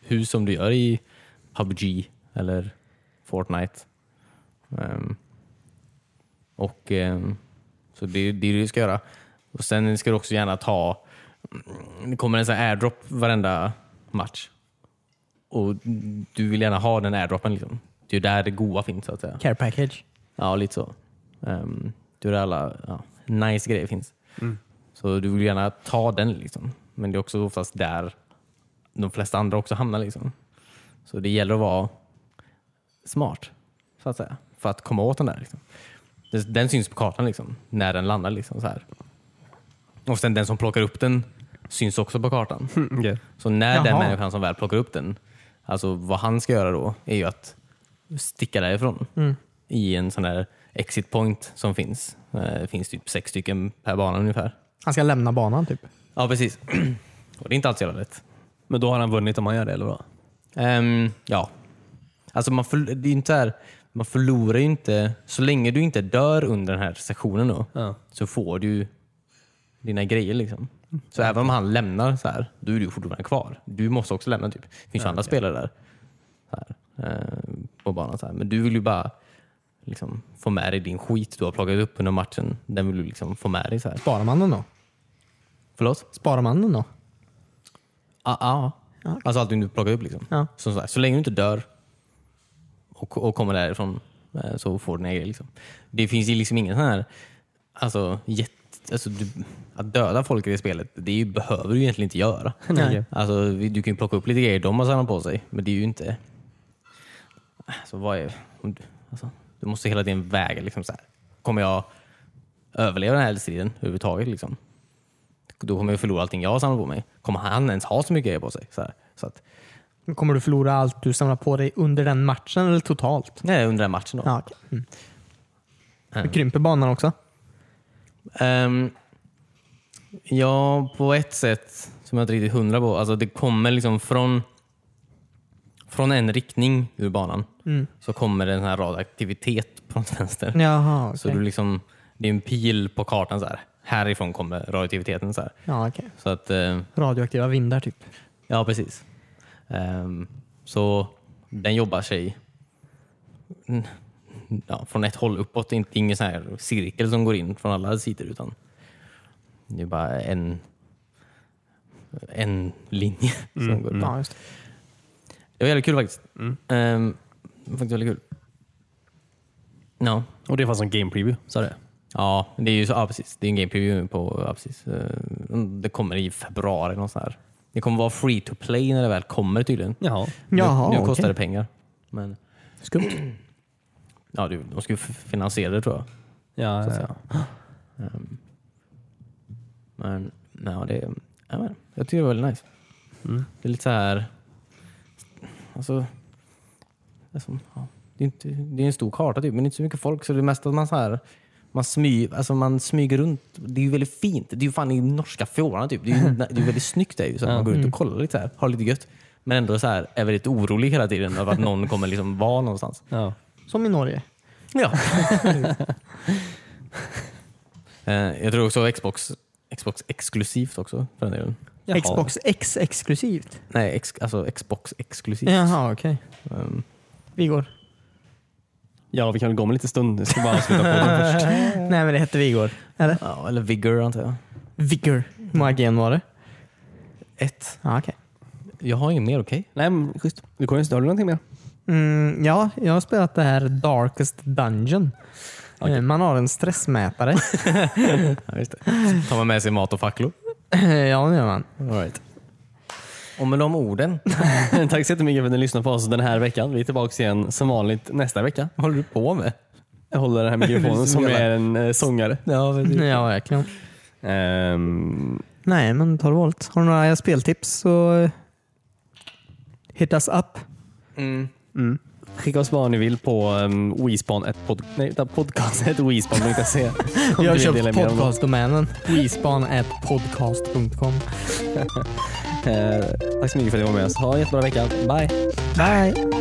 Speaker 1: hus som du gör i PubG eller Fortnite. Ehm, och ehm, Så det är det är det du ska göra. Och Sen ska du också gärna ta... Det kommer en sån här airdrop varenda match. Och Du vill gärna ha den airdroppen. Liksom. Det är ju där det goa finns. Så att säga.
Speaker 3: Care package.
Speaker 1: Ja, lite så. Um, det är där alla ja, nice grejer finns. Så du vill gärna ta den liksom. Men det är också oftast där de flesta andra också hamnar. Liksom. Så det gäller att vara smart, så att säga. För att komma åt den där. Liksom. Den- Den syns på kartan liksom, när den landar. Liksom, så här. Och sen den som plockar upp den syns också på kartan.
Speaker 2: Mm, ja.
Speaker 1: Så när den
Speaker 3: Jaha.
Speaker 1: människan som väl plockar upp den, Alltså vad han ska göra då är ju att sticka därifrån
Speaker 3: Mm.
Speaker 1: i en sån här exit point som finns. Eh, Det finns typ sex stycken per bana ungefär.
Speaker 3: Han ska lämna banan typ.
Speaker 1: Ja, precis. <clears throat> Och det är inte alls jävla lätt.
Speaker 2: Men då har han vunnit om han gör det, eller vad?
Speaker 1: Ehm, ja. Alltså man, förl- det är ju inte så här, man förlorar ju inte... Så länge du inte dör under den här sessionen då,
Speaker 2: Ja.
Speaker 1: så får du dina grejer. liksom. Så även om han lämnar, så här, då är du fortfarande kvar. Du måste också lämna. typ. Det finns ju andra spelare där så här, ehm, på banan. Så här. Men du vill ju bara liksom, få med dig din skit du har plockat upp under matchen. Den vill du liksom få med dig. Så här.
Speaker 3: Sparar man den då?
Speaker 1: Förlåt?
Speaker 3: Sparar man den då?
Speaker 1: Ja. ja. Alltså allting du plockar upp. Liksom.
Speaker 3: Ja.
Speaker 1: Så, så, här, så länge du inte dör och, och kommer därifrån eh, så får du dina grejer. Liksom. Det finns ju liksom ingen sån här... Alltså, jätt, alltså du, att döda folk i det spelet, det är ju, behöver du ju egentligen inte göra.
Speaker 3: <laughs> Nej.
Speaker 1: Alltså, vi- du kan ju plocka upp lite grejer de har samlat på sig, men det är ju inte... Alltså, vad är, om du, alltså, du måste hela tiden väga. Liksom, så här. Kommer jag överleva den här striden överhuvudtaget? Liksom? Då kommer jag förlora allting jag har samlat på mig. Kommer han ens ha så mycket grejer på sig? Så här. Så att,
Speaker 3: Kommer du förlora allt du samlar på dig under den matchen eller totalt?
Speaker 1: nej, under den matchen då.
Speaker 3: Ja, okej. mm.
Speaker 1: Mm.
Speaker 3: Du krymper banan också?
Speaker 1: Ehm, ja, på ett sätt som jag inte riktigt hundra på. Alltså det kommer liksom från, från en riktning ur banan. Så kommer det en sån här rad aktivitet på något vänster.
Speaker 3: Mm. Jaha,
Speaker 1: Så du liksom, det är en pil på kartan så här. Härifrån kommer radioaktiviteten. Så, här.
Speaker 3: ja, okej.
Speaker 1: så att, eh,
Speaker 3: Radioaktiva vindar typ.
Speaker 1: ja precis. Ehm, så den jobbar sig mm, ja, från ett håll uppåt. Det är inte- ingen sån här cirkel som går in från alla sidor utan det är bara en, en linje <laughs> som går upp.
Speaker 3: Ja, just det.
Speaker 1: Det var jävligt kul faktiskt. Ehm, det var faktiskt väldigt kul. Ja,
Speaker 2: Och det fanns som game preview, sa du?
Speaker 1: Ja, det är ju så, ja, precis. Det är en game preview på, ja, precis. Eh, Det kommer i februari. Någon sån här. Det kommer vara free to play när det väl kommer tydligen.
Speaker 2: Jaha.
Speaker 3: Jaha,
Speaker 1: nu nu
Speaker 3: okej.
Speaker 1: kostar det pengar. Men
Speaker 3: Skumt.
Speaker 1: <clears throat> ja, det- de ska ju f- finansiera det tror jag.
Speaker 2: Ja,
Speaker 1: att
Speaker 2: ja,
Speaker 1: säga. Ehm,
Speaker 2: ja.
Speaker 1: Men ja, det, ja, men, jag tycker det var väldigt nice.
Speaker 2: Mm.
Speaker 1: Det är lite så här... Alltså, alltså, ja, det, är inte, det är en stor karta typ, men det är inte så mycket folk. Så det är mest att man så här... Man, smy, alltså man smyger runt. Det är ju väldigt fint. Det är ju fan i norska fjordarna typ. Det är ju,
Speaker 2: <laughs>
Speaker 1: det är ju väldigt snyggt. Det är ju, så att man går
Speaker 2: Mm.
Speaker 1: ut och kollar lite så här, har lite gött. Men ändå så här, är väldigt orolig hela tiden över att någon kommer liksom vara någonstans.
Speaker 2: ja.
Speaker 3: Som i Norge.
Speaker 1: Ja. <laughs> Eh, jag tror också Xbox, Xbox exklusivt också för den delen.
Speaker 2: Jaha.
Speaker 3: Xbox X exklusivt.
Speaker 1: Nej, ex, alltså Xbox exklusivt.
Speaker 3: Jaha, okej.
Speaker 1: Ehm,
Speaker 3: Vi går.
Speaker 2: Ja, vi kan väl gå om en liten stund. Jag ska bara avsluta podden först.
Speaker 3: Nej, men det hette Vigor. Eller?
Speaker 1: ja, eller Vigor antar jag.
Speaker 3: Vigor. Hur många gen var det?
Speaker 1: Ett.
Speaker 3: Ja, okej.
Speaker 1: Jag har inget mer, okej?
Speaker 2: Nej, men schysst. Du kommer just, har du någonting mer?
Speaker 3: Mm, ja, jag har spelat det här Darkest Dungeon. Eh, Man har en stressmätare. <laughs>
Speaker 1: Ja, just det. Tar man med sig mat och facklor?
Speaker 3: ja, det gör man.
Speaker 1: All right. Och med de orden,
Speaker 2: <laughs> Tack så jättemycket för att ni lyssnade på oss den här veckan. Vi är tillbaka igen som vanligt nästa vecka.
Speaker 1: <laughs> vad håller du på med?
Speaker 2: Jag håller den här mikrofonen som är en eh, sångare.
Speaker 1: Ja,
Speaker 3: Ja, verkligen.
Speaker 2: Ehm,
Speaker 3: Nej, men ta det volt. Har du några eh, speltips så eh, hit us up.
Speaker 1: mm.
Speaker 2: skicka oss vad ni vill på um, podcast.wespan.se.
Speaker 3: Vi har köpt podcastdomänen. Wespan.podcast.com.
Speaker 2: Eh, Tack så mycket för att ni var med oss. Ha en jättebra vecka. Bye!
Speaker 3: Bye!